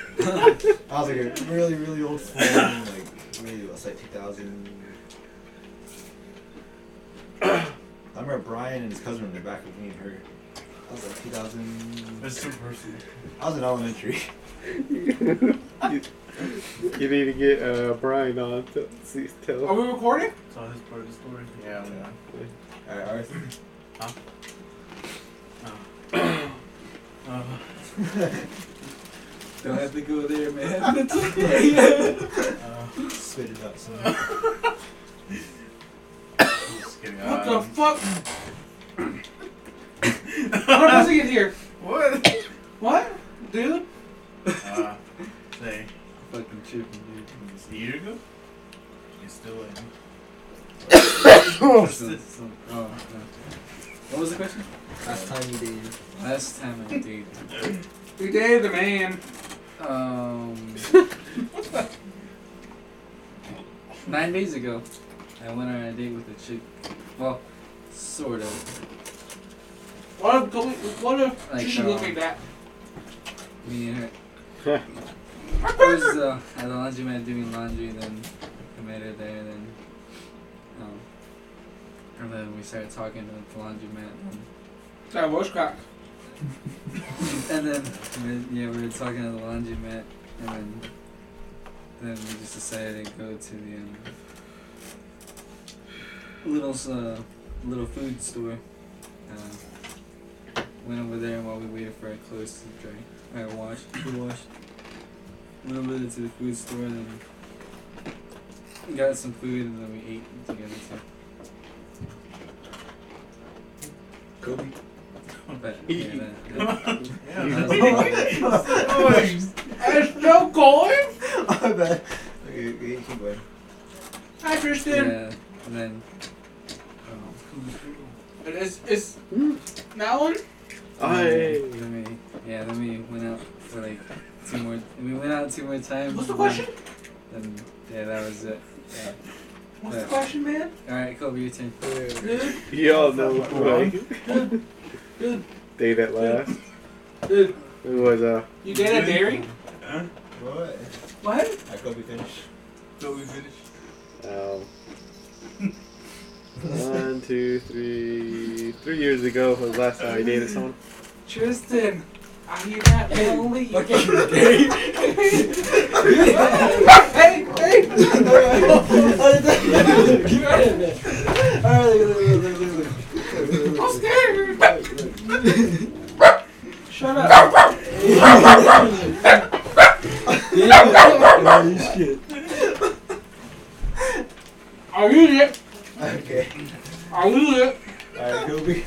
A: I was like a really, really old phone, like maybe it was like 2000. I remember Brian and his cousin in the back of me and her. I was like 2000.
C: That's too personal.
A: I was in elementary. [LAUGHS]
F: You need to get uh, Brian on to see, tell
B: Are we recording?
C: So his part of the story. Oh, Yeah, we know.
A: Alright, Arthur.
C: Uh,
E: Don't have to go there, man. It's okay.
C: uh,
A: Spit it out. son.
C: just kidding.
B: What
C: um,
B: the fuck? What does it get here?
C: What?
B: What? Dude?
C: Uh, say,
E: [LAUGHS] Fucking tripping, dude.
C: it's a year ago? It's still [COUGHS] in.
E: So-
C: [COUGHS]
E: so- oh, no. What was the question?
A: Last time you dated.
E: Last time I dated.
B: We dated the man.
E: [LAUGHS] Um. nine days ago, I went on a date with a chick. Well, sort of.
B: What if, what if
E: Like,
B: she should look
E: um,
B: like that?
E: Me and her. I was uh, at the laundromat doing laundry, then I met her there, then. Um, and then we started talking at the laundromat, and,
B: That was
E: [LAUGHS]
B: crack.
E: and then we- yeah, we were talking at the laundromat, and then then we just decided to go to the um, little uh, little food store. Uh, went over there while we waited for our clothes to dry, or wash, to wash. Went over there to the food store and then got some food, and then we ate together too.
A: [LAUGHS] Kobe.
E: But yeah, that, that-
C: [LAUGHS]
A: Oh, [LAUGHS]
B: There's no going.
A: I bet. Okay, okay, keep going.
B: I understand.
E: yeah, and then. Um,
B: And It's, it's that one.
F: Aye.
E: Then, then we, yeah, then we went out for like two more. We went out two more times.
B: What's the question?
E: Then, yeah, that was it. Yeah.
B: What's the
E: Yeah.
B: question, man?
E: All right, Kobe, your turn.
B: Dude,
F: You all know like date at last.
B: dude,
F: It was uh
B: you dated a dairy?
C: Huh?
A: What?
B: What?
A: I Kobe finish.
C: So we finished.
F: [LAUGHS] um, one, two, three, three years ago was the last time I dated someone.
B: Tristan, I hear
E: [LAUGHS]
B: that only.
E: Okay.
B: hey, hey. I'm scared. Shut up. I'll eat it.
A: Okay.
B: I'll eat it.
A: Alright, Kobe.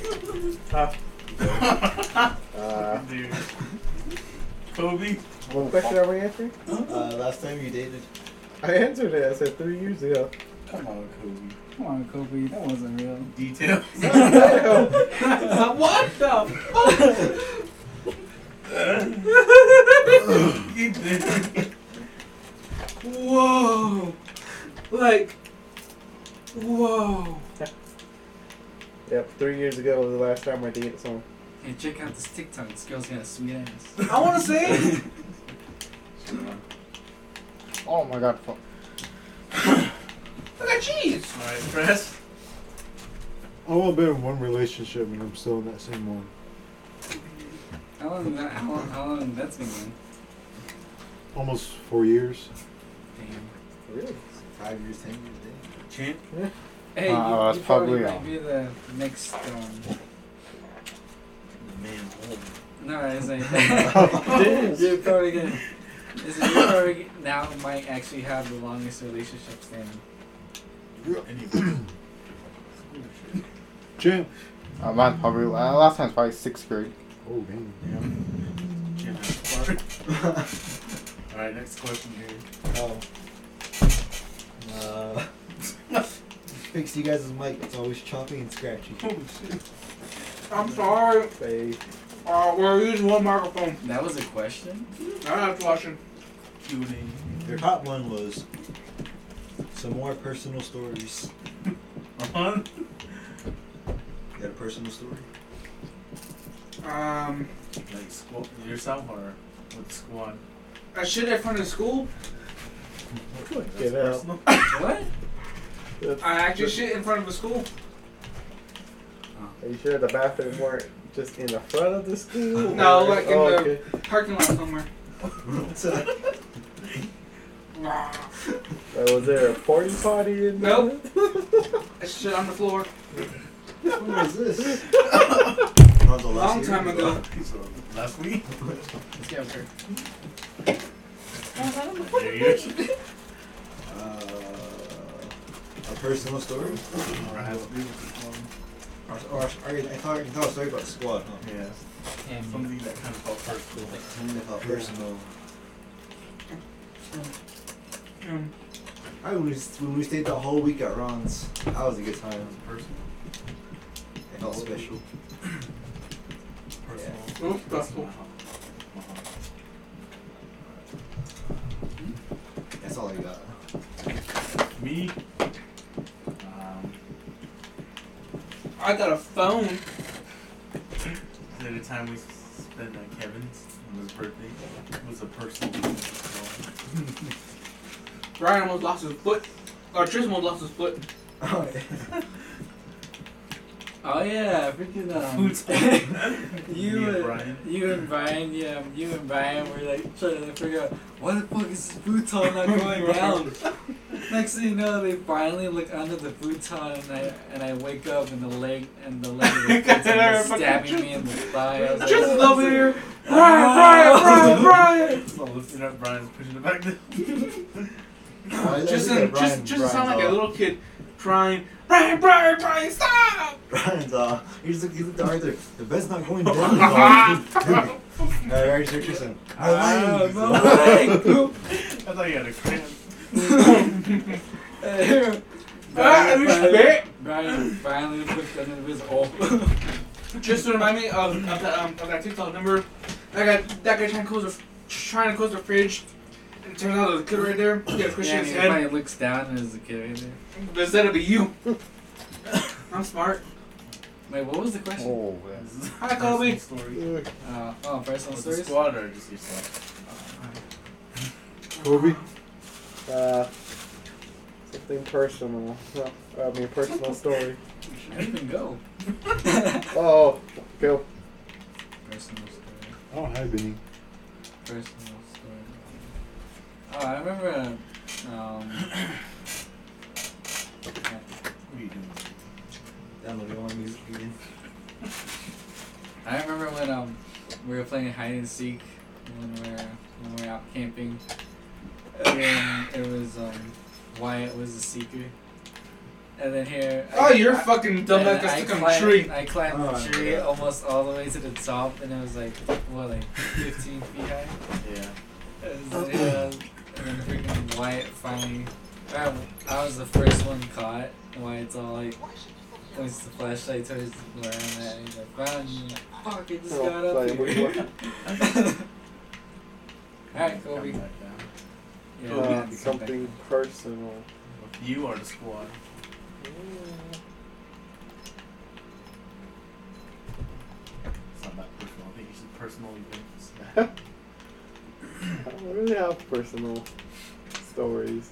F: Uh,
C: Dude. [LAUGHS] Kobe?
F: what question are we answering?
A: Uh, last time you dated.
F: I answered it. I said three years ago.
C: Come on, Kobe.
E: Come on, Kobe, that wasn't real.
C: [LAUGHS] Details.
B: what the?
C: Keep it.
E: [LAUGHS]
B: Whoa. Like. Whoa.
F: Yep, three years ago was the last time I dated someone.
E: Hey, check out this TikTok. This girl's got a sweet ass.
A: I want to say.
E: [LAUGHS]
D: Oh my god, fuck.
A: Look at cheese.
C: Alright, press.
G: I've only been in one relationship and I'm still in that same one.
E: How long? That, how long? How long that's been going?
G: Almost four years.
E: Damn.
F: Really?
A: Five years, ten years, damn.
C: Champ.
E: Hey,
D: Uh,
E: you,
D: that's
E: you
D: probably,
E: probably might
D: um,
E: be the next. Um,
C: The man home.
E: no, it's like you're probably gonna. Is it, you probably now might actually have the longest relationship standing.
C: Anyway.
G: Jim.
D: Uh, mine's probably, uh, last time's probably sixth grade.
G: Oh, damn.
C: Champ has a fart. Alright, next question here.
A: Oh. Uh, fix you guys' mic. It's always choppy and scratchy.
B: Oh, I'm sorry.
F: Say,
B: Uh, we're using one microphone.
E: That was a question.
B: I'm not flushing.
C: Q&A.
A: Your top one was some more personal stories.
C: Uh-huh.
A: You got a personal story?
B: Um,
C: Like, squad. Yourself or with the squad?
B: I shit in front of school.
F: Get out.
C: personal.
E: What?
F: that's-
B: I actually shit in front of a school.
F: Are you sure the bathroom weren't just in the front of the [LAUGHS] school?
B: No,
F: Or-
B: like in
F: oh,
B: the-
F: okay.
B: Parking lot somewhere.
A: What's up?
F: Uh, was there a porta potty in there?
B: Nope. I shit on the floor.
A: What was this? That was a
B: Long time ago.
C: Last week?
E: Let's get over.
C: There you go.
A: Uh, a personal story?
C: Or has to be with the squad.
A: Or, or, or I thought you thought a story about the squad, huh?
C: Yeah.
E: Damn.
C: Something that kind of felt personal.
A: Something about personal.
B: Um,
A: I when we, when we stayed the whole week at Ron's, that was a good time.
C: Personal.
A: It felt special.
C: [CLEARS THROAT] Personal.
B: Oops, that's
C: Personal.
B: cool.
A: That's all I got.
C: Me? Um,
B: I got a phone.
C: the other time we spent at Kevin's on his birthday it was a personal moment.
B: Brian almost lost his foot. Or Tristan almost lost his foot.
A: Oh, [LAUGHS] yeah.
E: Oh yeah, freaking um.
C: Food spot. Me
E: [LAUGHS] You
C: and
E: and
C: Brian.
E: you and Brian, yeah, you and Brian were like trying to figure out why the fuck is this futon
C: [LAUGHS]
E: not going down. Next thing you know, they finally look under the futon, and I and I wake up and the leg and the leg of
C: [LAUGHS]
E: the futon is stabbing me in the thigh. I was like,
B: Tristan's
E: "What
B: over
E: is
B: here.
E: it?"
B: Brian, Brian, Brian,
C: So lifting up Brian's pushing it back [LAUGHS] down.
A: I- I
B: Brian.
A: look
B: Tristan,
A: at
B: Tristan,
A: Brian-
B: Tristan sound
A: Brian's
B: like a
A: all-
B: little kid crying. Brian, Brian, Brian, stop!
A: Brian's uh, you just look, you look to Arthur. The bed's not going down. Alright, right, Sir Tristan. My
E: Ah,
A: legs.
E: my leg. Oop.
C: I thought you had a cramp.
E: Eh,
B: Ah, respect.
E: Brian finally looked under his hole.
B: Just to remind me of, of, that, um, of that TikTok number. That guy, that guy trying to close the, trying to close the fridge. And it turns out there's a kid right there. Yeah,
E: Yeah,
B: Christian's
E: and
B: head.
E: everybody looks down and there's a kid right there.
B: But instead it'll be you. [LAUGHS] I'm smart.
E: Wait, what was the question?
D: Oh, man.
C: This is a
B: Hi, Kobe.
C: personal Story.
E: Uh, oh, personal
C: With the
E: stories.
C: squad or just yourself?
G: Kobe?
F: Uh, something personal. No, I mean, personal story.
E: I didn't even go.
F: Oh, go.
E: Personal story.
G: I don't have any.
E: Personal story. Oh, I remember. uh, Um, [COUGHS]
C: What are you doing?
A: Downloading my music again.
E: I remember when um we were playing hide and seek when we were when we were out camping. And then it was um Wyatt was the seeker. And then here. I-
B: Oh, you're
E: I-
B: fucking dumb
E: and
B: like I stuck on a
E: climbed-
B: tree.
E: I climbed
A: Oh,
E: the tree
A: yeah.
E: almost all the way to the top, and it was like what, like 15 feet high.
C: Yeah.
E: And then freaking Wyatt finally. I, I was the first one caught. and Wyatt's all like points the flashlight towards Lauren and he's like, "Found you!" Fuck! I just
F: Oh,
E: got up
F: sorry, what
E: here. Alright, Kobe.
C: Come back down.
E: Yeah,
C: Kobe.
F: Uh,
E: we had to come back.
F: something personal.
C: You are the squad.
F: don't really have personal stories.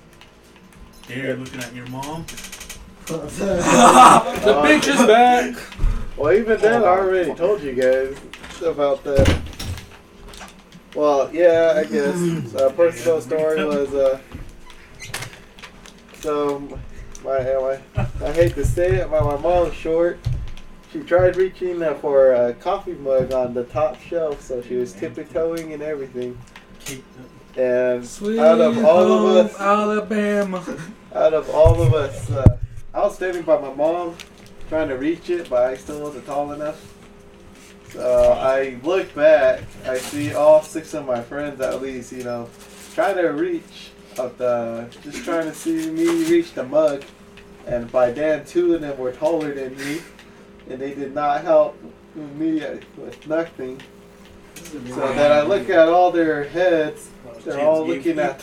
C: Dare looking at your mom.
B: the
F: Uh,
B: bitch is back.
F: Well, even then, I already told you guys about that. Well, yeah, I guess. So, a personal story was, uh, so, my, my, I hate to say it, but my mom's short. She tried reaching uh, for a coffee mug on the top shelf, so she was tippy-toeing and everything.
C: Keep-
F: And
B: Sweet
F: out of all
B: home
F: of us,
B: Alabama.
F: out of all of us, uh, I was standing by my mom trying to reach it, but I still wasn't tall enough. So I look back, I see all six of my friends at least, you know, trying to reach of the, just trying to see me reach the mug. And by then, two of them were taller than me, and they did not help me with nothing. So then I look at all their heads, they're all looking at.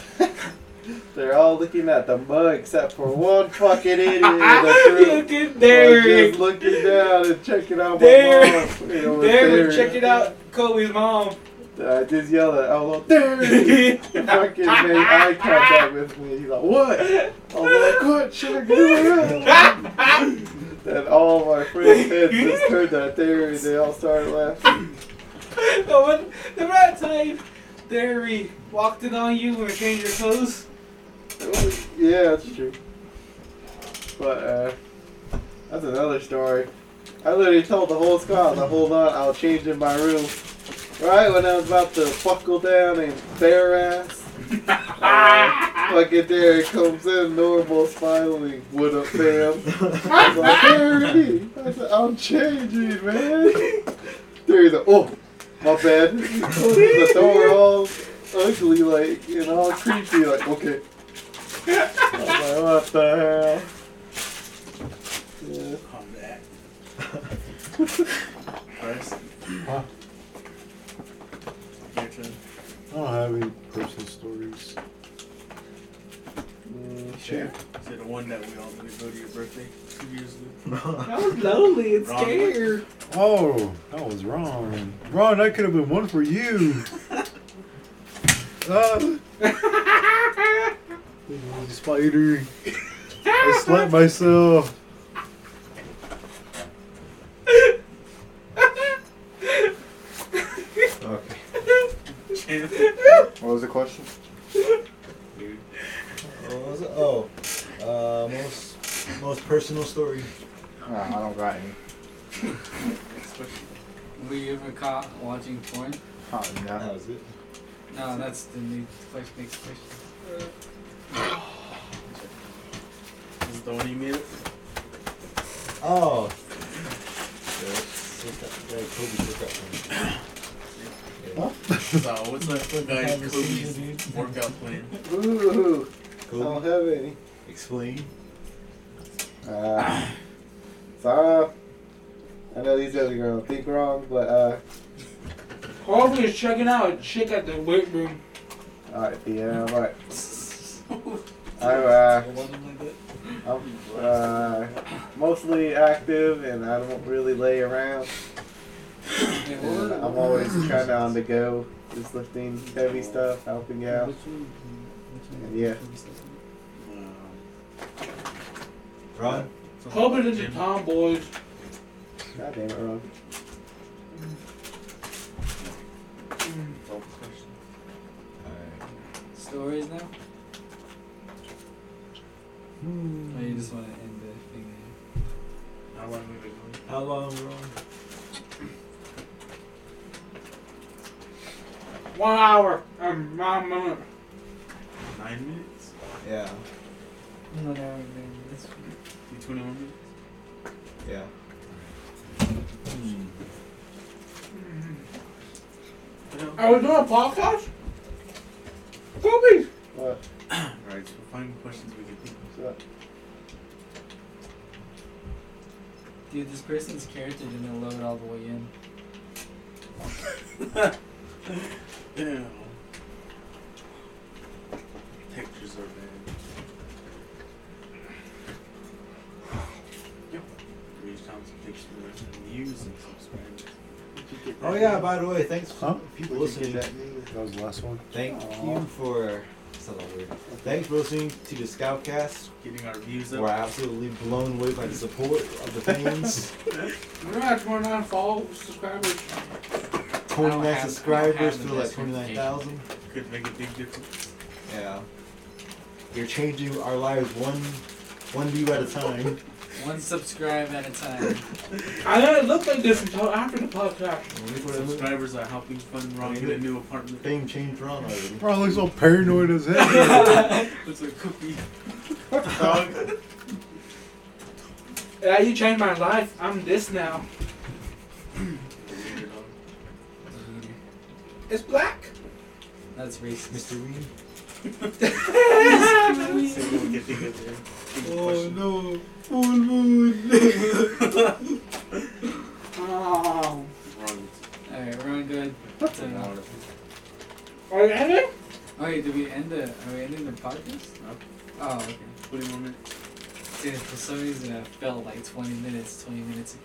F: They're all looking at the mug except for one fucking
B: [LAUGHS]
F: idiot in the group.
B: Look at
F: was
B: Derek.
F: Just looking down and checking out my
B: Derek.
F: mom. You know, with
B: Derek was checking out Kobe's mom. [LAUGHS]
F: [LAUGHS] I just yelled at Olo, Derek! He fucking made eye contact with me. He's like, what? I was like, what? Should I
B: [LAUGHS]
F: get around? Then all my friends' heads just turned at Derek and they all started laughing.
B: [LAUGHS] the one, the rat time, Derry walked in on you and changed your clothes.
F: It was- Yeah, that's true. But uh, that's another story. I literally told the whole squad to hold on, I'll change in my room. Right when I was about to buckle down and bare ass, uh, fucking Derek comes in normal, smiling. What up, fam? I was like, Derry! I said, I'm changing, man. Derry's like, oh, my bad. He closes the door all ugly, like, and all creepy, like, okay. I was like, what the hell? Yeah.
C: on [LAUGHS] that. Press.
G: Huh?
C: Your turn.
G: I don't have any personal stories.
F: Mm,
C: Sure. Is it the one that we all did go to your birthday two years ago?
A: [LAUGHS]
B: I was lonely and
C: Wrong.
B: scared.
G: Oh, that was wrong. Ron, that could have been one for you. Ah, it was a spider. I slapped myself.
D: Okay.
C: [LAUGHS] Champ.
D: What was the question?
C: Dude.
A: What was it? Oh, uh, most most personal story.
D: Uh, I don't got any.
E: Were you ever caught watching porn?
D: Oh, no.
A: That was it.
E: No, that's the new question, next question.
C: This is the one you made up?
A: Oh. Yeah, what's- what's that guy Kobe took up from?
C: So, what's that guy
A: Have a seizure,
C: Kobe's workout plan?
F: Ooh, I
A: Kobe?
F: don't have any.
A: Explain.
F: Uh, so, uh, I know these guys are gonna think wrong, but uh,
B: Harvey is checking out a chick at the weight room.
F: alright, yeah, alright. I, uh, I'm uh, mostly active and I don't really lay around. And I'm always kind of on the go, just lifting heavy stuff, helping out. Yeah.
A: Ron?
B: Kobe is into tomboys.
F: God damn it, Ron.
B: Mm,
A: Alright.
E: Stories now? Or you just want to end the thing
C: How long we been going?
A: How long, Ron?
B: One hour and nine minutes.
C: Nine minutes?
A: Yeah.
E: there? Not hour, man. That's
C: You 21 minutes?
A: Yeah.
B: Are we doing a podcast? Kobe!
F: What?
C: Alright, so find questions we can think of.
F: So,
E: Dude, this person's character didn't load all the way in.
C: Damn. Pictures are bad. Yep. Reach out to pictures and views and subscribers.
A: Oh yeah. By the way, thanks. for
G: Huh?
A: People listening.
G: That was the last one.
A: Thank you for. it's not that weird. Thanks for listening to the Scoutcast.
C: Getting our views up.
A: We're absolutely blown away by the support of the
B: [LAUGHS]
A: fans.
B: We're going on follow subscribers.
A: 29
B: have- I don't
A: subscribers
B: have
A: to
B: the
A: like
B: best
A: 29,000.
C: Could make a big difference.
A: Yeah. You're changing our lives one one view at a
B: [LAUGHS]
A: time.
E: One subscribe at a time.
B: I know it looked like this until after the podcast.
A: And look what the
C: Subscribers are helping fund Ron get a new
A: [LAUGHS]
C: apartment.
A: Thing changed around already.
G: Bro looks so paranoid
B: [LAUGHS]
G: as hell.
C: It's a cookie.
B: Yeah, you changed my life. I'm this now. It's [LAUGHS] black.
E: That's racist.
A: Mr. Weed.
C: So we'll get to get there. Good
A: Oh
C: question.
A: no. Full moon.
B: Oh.
C: Wrong.
E: Alright, we're on good.
C: Wrong.
B: Are you in it?
E: Oh, wait, did we end the? Are we ending the podcast?
C: No.
E: Oh, okay.
C: Twenty more minutes.
E: Dude, for some reason I felt like 20 minutes, 20 minutes ago.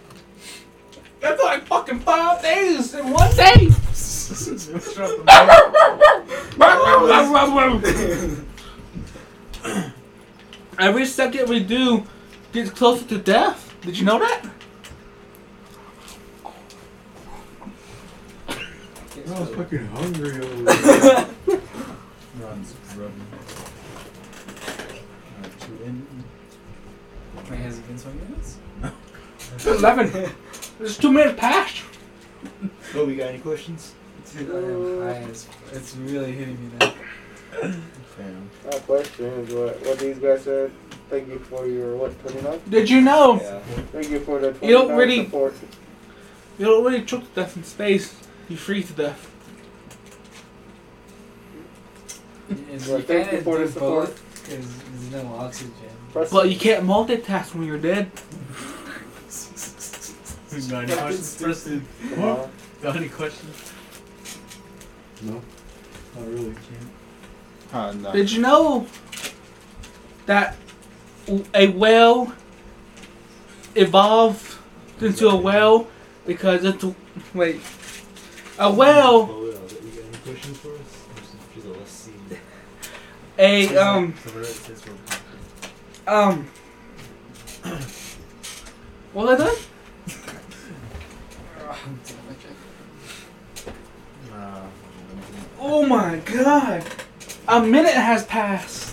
B: That's like fucking five days in one day. [LAUGHS]
A: [LAUGHS]
B: Every second we do gets closer to death. Did you know that?
G: I was fucking hungry over
A: [LAUGHS]
G: there.
C: Ron's rubbing. Alright, should we end it?
E: Wait, has it been 20 minutes?
B: It's eleven. It's two minutes past.
A: Kobe, Oh, got any questions?
E: Dude, I am high as It's really hitting me
N: [LAUGHS]
E: now.
N: My question is what, what these guys said. Thank you for your what twenty nine.
B: Did you know?
A: Yeah.
N: Thank you for the
B: You
N: twenty
B: don't
N: nine
B: really-
N: support.
B: You don't really choke to death in space. You freeze to death.
E: It's,
N: Well,
E: you
N: thank
E: kinda
N: you for
E: do
N: the support.
E: both 'cause there's no oxygen.
N: Press-
B: But you can't multitask when you're dead.
C: Who's got any questions, Preston?
N: Uh,
C: Got any questions?
G: No, not really.
D: Oh, no.
B: Did you know that a whale evolved into a whale because it's wait a whale
A: Kobe, uh, you got any questions for us? She's a let's see.
B: a um um [CLEARS THROAT] what was I done? Oh my god! A minute has passed.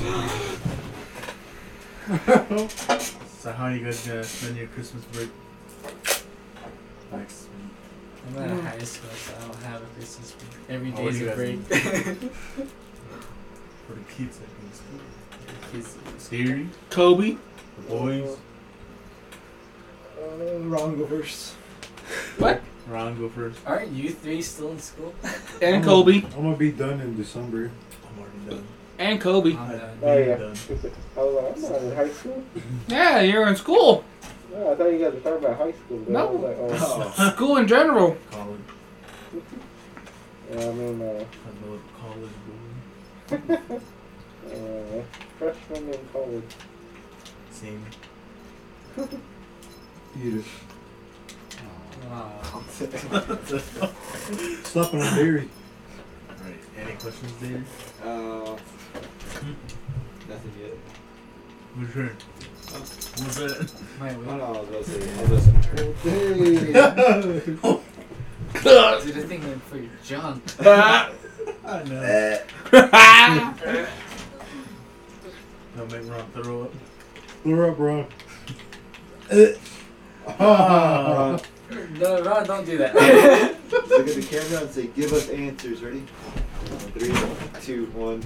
C: So how are you guys gonna spend your Christmas break? Next.
E: I'm not in high school, so I don't have a Christmas break. Every
C: Oh,
E: day's
C: you
E: a
C: guys
E: break.
C: For the kids, I
E: Kids-
C: think. Scary.
B: Kobe,
C: The boys.
A: Uh, wrong go first.
C: Ron, go first.
E: Aren't you three still in school?
B: and Kobe,
G: I'm gonna be done in December.
C: I'm already done.
B: and Kobe.
E: I'm done.
N: Oh yeah.
C: Done.
N: Stupid. I was like, I'm not in high school.
B: Yeah, you're in school.
N: No, I thought you guys were talking about high school. But I was
B: No.
N: like, oh,
B: School in
C: [LAUGHS]
B: general.
C: College.
N: yeah, I mean, uh,
C: I know what college boy.
N: uh, freshman in college.
G: [LAUGHS]
C: Same.
G: Eat [LAUGHS]
E: Wow.
G: it. Stop on dairy.
C: Alright, any questions there?
A: Uh, nothing yet.
C: Who's turn? What's that?
E: My
A: I
E: wait.
A: know, I was about to say, I was about to say.
E: Dude, I think went for your junk.
C: I know.
B: That's
C: [LAUGHS] Don't make Ron throw up.
G: Throw up, Ron.
C: Ah.
E: No, Ron, don't
N: [LAUGHS]
E: do that.
A: Look at the camera and say, give us answers. Ready? Three, two, one.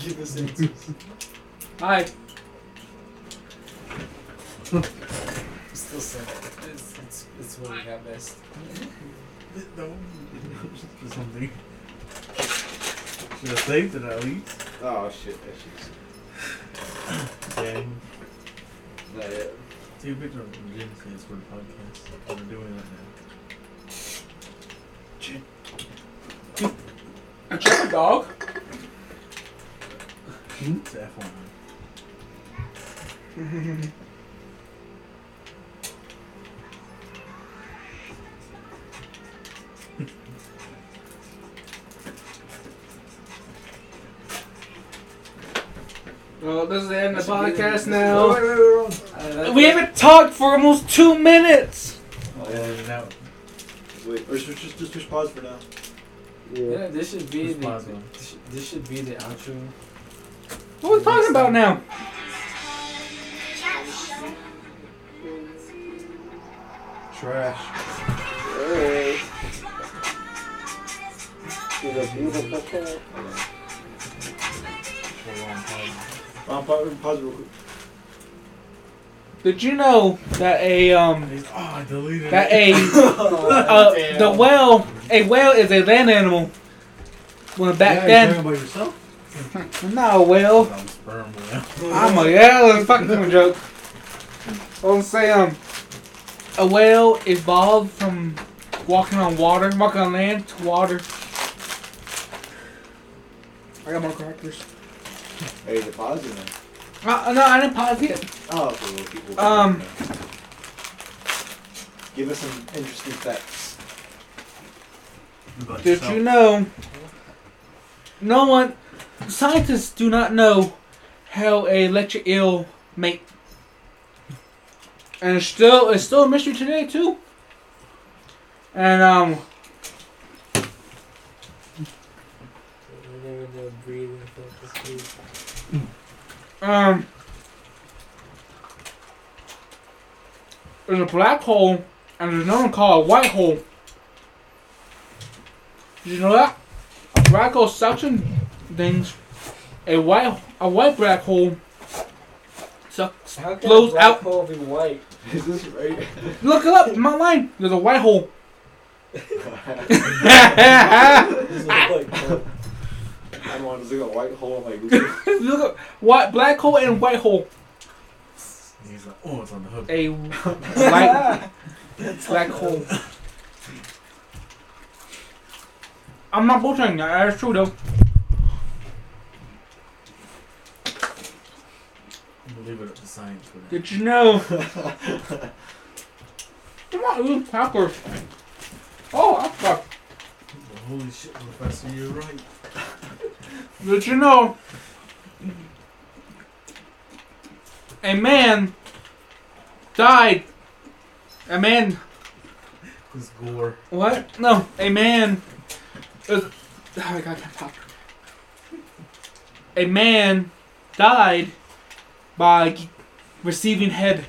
E: Give
A: [LAUGHS]
E: us answers.
B: Hi.
E: I'm still sick. It's, it's, it's what we got best.
C: No. Or [LAUGHS] something. Should have saved it at least.
A: Oh shit, that shit's
C: Damn.
A: not it.
C: Take a picture of Jim says for the podcast. We're doing that now.
B: Check dog.
C: It's F1.
B: Well, this is the end of the
E: That's
B: podcast
E: good.
B: now.
G: Wait, wait, wait, wait.
E: Uh,
B: We haven't talked for almost two minutes.
C: I'll edit it out.
A: Wait, or just, just, just, just pause for now.
N: Yeah.
E: Yeah, this should be
C: Who's
E: the,
C: plasma?
E: this- this should be the outro.
B: What are we talking about now?
G: Trash.
N: Alright. She's a beautiful cat.
C: For a long time.
A: Um, pause, pause real quick.
B: Did you know that a um
C: It's- Oh, I deleted
B: that
C: it.
B: a uh, the whale a whale is a land animal. Well, back
G: yeah, You're
B: then,
G: talking about yourself?
B: I'm not a whale.
C: Um, sperm whale.
B: I'm a yeah, that's a fucking joke. I'm saying um, a whale evolved from walking on water, walking on land to water. I got more crackers.
A: Hey, the pause or no?
B: Uh, no, I didn't pause yet.
A: Oh, okay, well, people.
B: Um.
A: Give us some interesting facts.
C: But
B: Did
C: so-
B: you know? No one, scientists do not know how a electric eel mate, and it's still it's still a mystery today too. And um, um, there's a black hole, and there's another one called a white hole. Did you know that? Black hole suction things. A white a white black hole sucks.
E: How can
B: Blows
E: a black
B: out-
E: hole be white?
A: [LAUGHS] Is this right?
B: Look it up, it's my line. There's a white [LAUGHS] hole.
A: This is
B: Ah.
A: like, uh, I don't want to look at white hole on my Google.
B: Look up white black hole and white hole.
C: He's like, oh, it's on the hook.
B: A white black hole. I'm not bullshitting. that- That's true though.
C: We'll leave it up to science for that.
B: Did you [LAUGHS] know? Come on, you crackers. Oh, I fucked.
C: Well, holy shit, Professor, you're right.
B: Did you know a man died? A man
C: This gore.
B: what? No, a man. Is, oh my god, I can't talk. A man died by g- receiving head.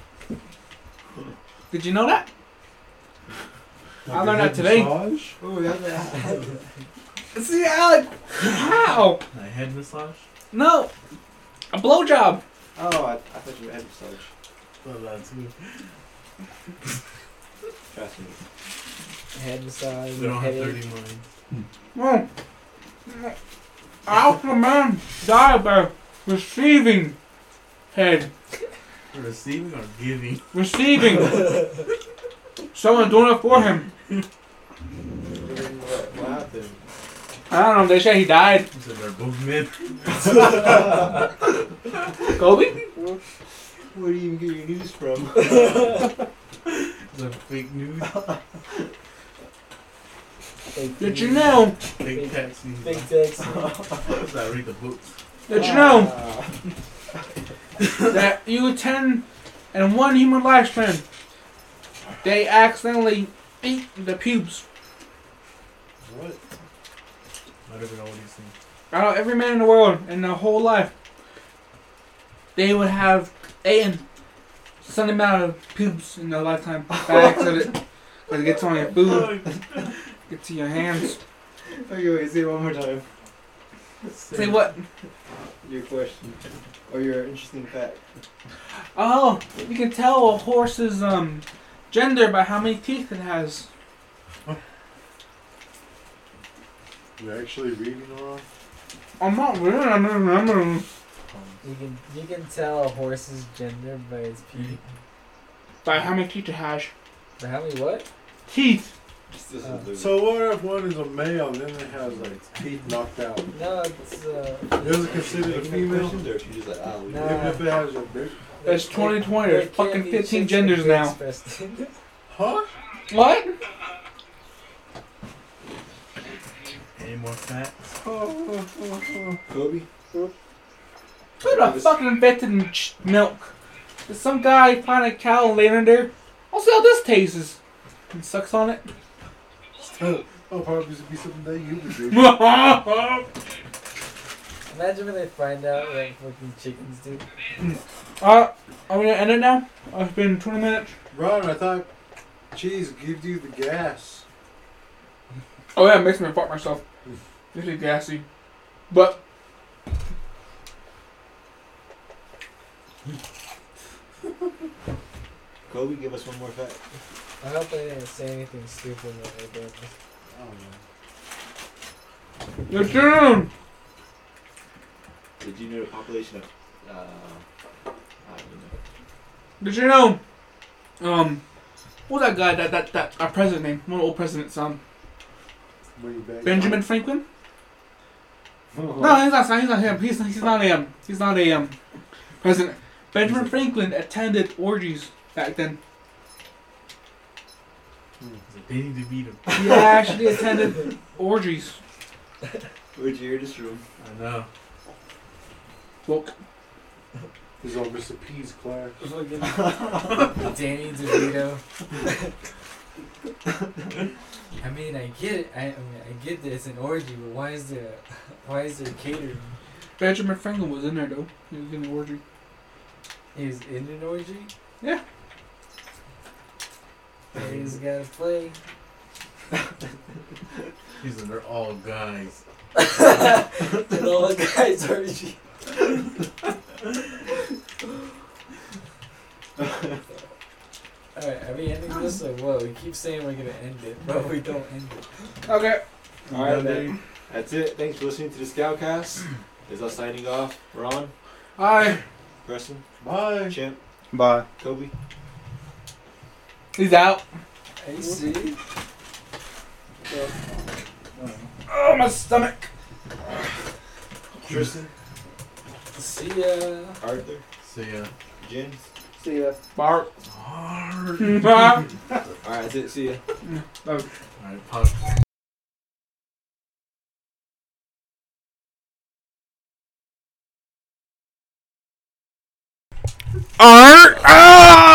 B: Did you know that? I learned that today.
G: Massage?
A: [LAUGHS] Ooh, that's a-
B: See, Alec, how?
C: My head massage?
B: No, a blowjob.
A: oh, I, I thought you had massage.
C: Love that too.
A: Trust me.
E: Head massage,
C: We don't have
E: headache.
C: 30 million.
B: No. Alpha man died by receiving head.
C: We're Receiving or giving? [LAUGHS]
B: Receiving. Someone doing it for him.
A: What, what happened?
B: I don't know. They say he died.
C: You said they're both mid.
B: Kobe?
A: [LAUGHS] Where do you even get your news from? [LAUGHS]
C: The fake
B: [LAUGHS]
C: news,
B: Did you know?
C: fake text news.
E: Big text.
C: Sometimes I read the books.
B: Did you know that you attend in one human lifespan, they accidentally eat the pubes
A: What?
C: Might have been all these things.
B: out of every man in the world in their whole life? They would have eaten some amount of pubes in their [LAUGHS] lifetime by accident. 'Cause it gets on your food, [LAUGHS] gets to your hands.
A: Okay, wait, say it one more time.
B: Say what?
A: Your question. Or your interesting fact.
B: Oh, you can tell a horse's um gender by how many teeth it has.
G: You're actually reading wrong?
B: I'm not really. I'm not remembering
E: You can you can tell a horse's gender by its puke.
B: Mm. by how many teeth it has.
E: But how many what?
B: Teeth.
A: This is
E: Uh,
A: the-
G: So what if one is a male and then it has like teeth knocked out?
E: No, it's uh.
G: Is it considered a
A: Make
G: female?
A: questions, Or if you just like, ah, we
E: Nah.
G: Even if it has a big
B: That's
E: it-
B: 2020,
E: there
B: there's
E: can't
B: fucking
E: be
B: 15
E: six
B: genders
E: people
B: now.
E: expressed.
G: Huh?
B: What?
C: Any more facts?
A: Kobe?
B: Who the fucking invented m- ch- milk? Did some guy find a cow and later there? I'll see how this tastes. And sucks [LAUGHS] on it.
F: Oh, probably should be something that you would do.
B: Alright,
E: Imagine when they find out like fucking chickens do.
B: I'm gonna end it now. It's been 20 minutes.
F: Ron, I thought cheese gives you the gas.
B: Oh yeah, it makes me fuck myself. This is gassy. But
A: [LAUGHS] Kobe, give us one more fact.
E: I hope they didn't say anything stupid when they did.
F: I don't know.
B: you're down.
A: Did you know the population of? Uh, I don't know.
B: Did you know? Um, what that guy that that that our president name? One of the old president's um
F: Way back.
B: Benjamin Franklin. No, he's not. He's not him. He's he's not a um. He's not a um. President Benjamin Franklin attended orgies back then.
C: They need to beat him.
B: He actually attended orgies.
A: Where'd you hear this room?
C: I know.
B: Look,
F: He's on Mr. P's class.
E: Danny DeVito. I mean, I get it. I, I mean, I get that it's an orgy, but why is there, [LAUGHS] why is there catering?
B: Benjamin Franklin was in there though. He was in the orgy.
E: He was in an orgy.
B: Yeah.
E: He's gotta play.
C: He's under all guys.
E: And all the guys orgy. Alright, are we ending this or whoa? We keep saying we're gonna end it, but we don't end it.
B: Okay.
A: Alright, then. That's it. Thanks for listening to the Scoutcast. This is us signing off. Ron,
B: Hi.
A: Preston,
F: Bye.
A: Champ,
O: Bye.
A: Kobe.
B: He's out.
E: Are you serious?
B: Oh my stomach.
A: Tristan,
E: See ya.
A: Arthur,
C: So yeah.
A: Jen.
E: See ya.
B: [LAUGHS] Bark.
C: Hard.
B: Bark.
A: Alright, that's it. See ya.
C: Alright, pop.
B: Art. Ah!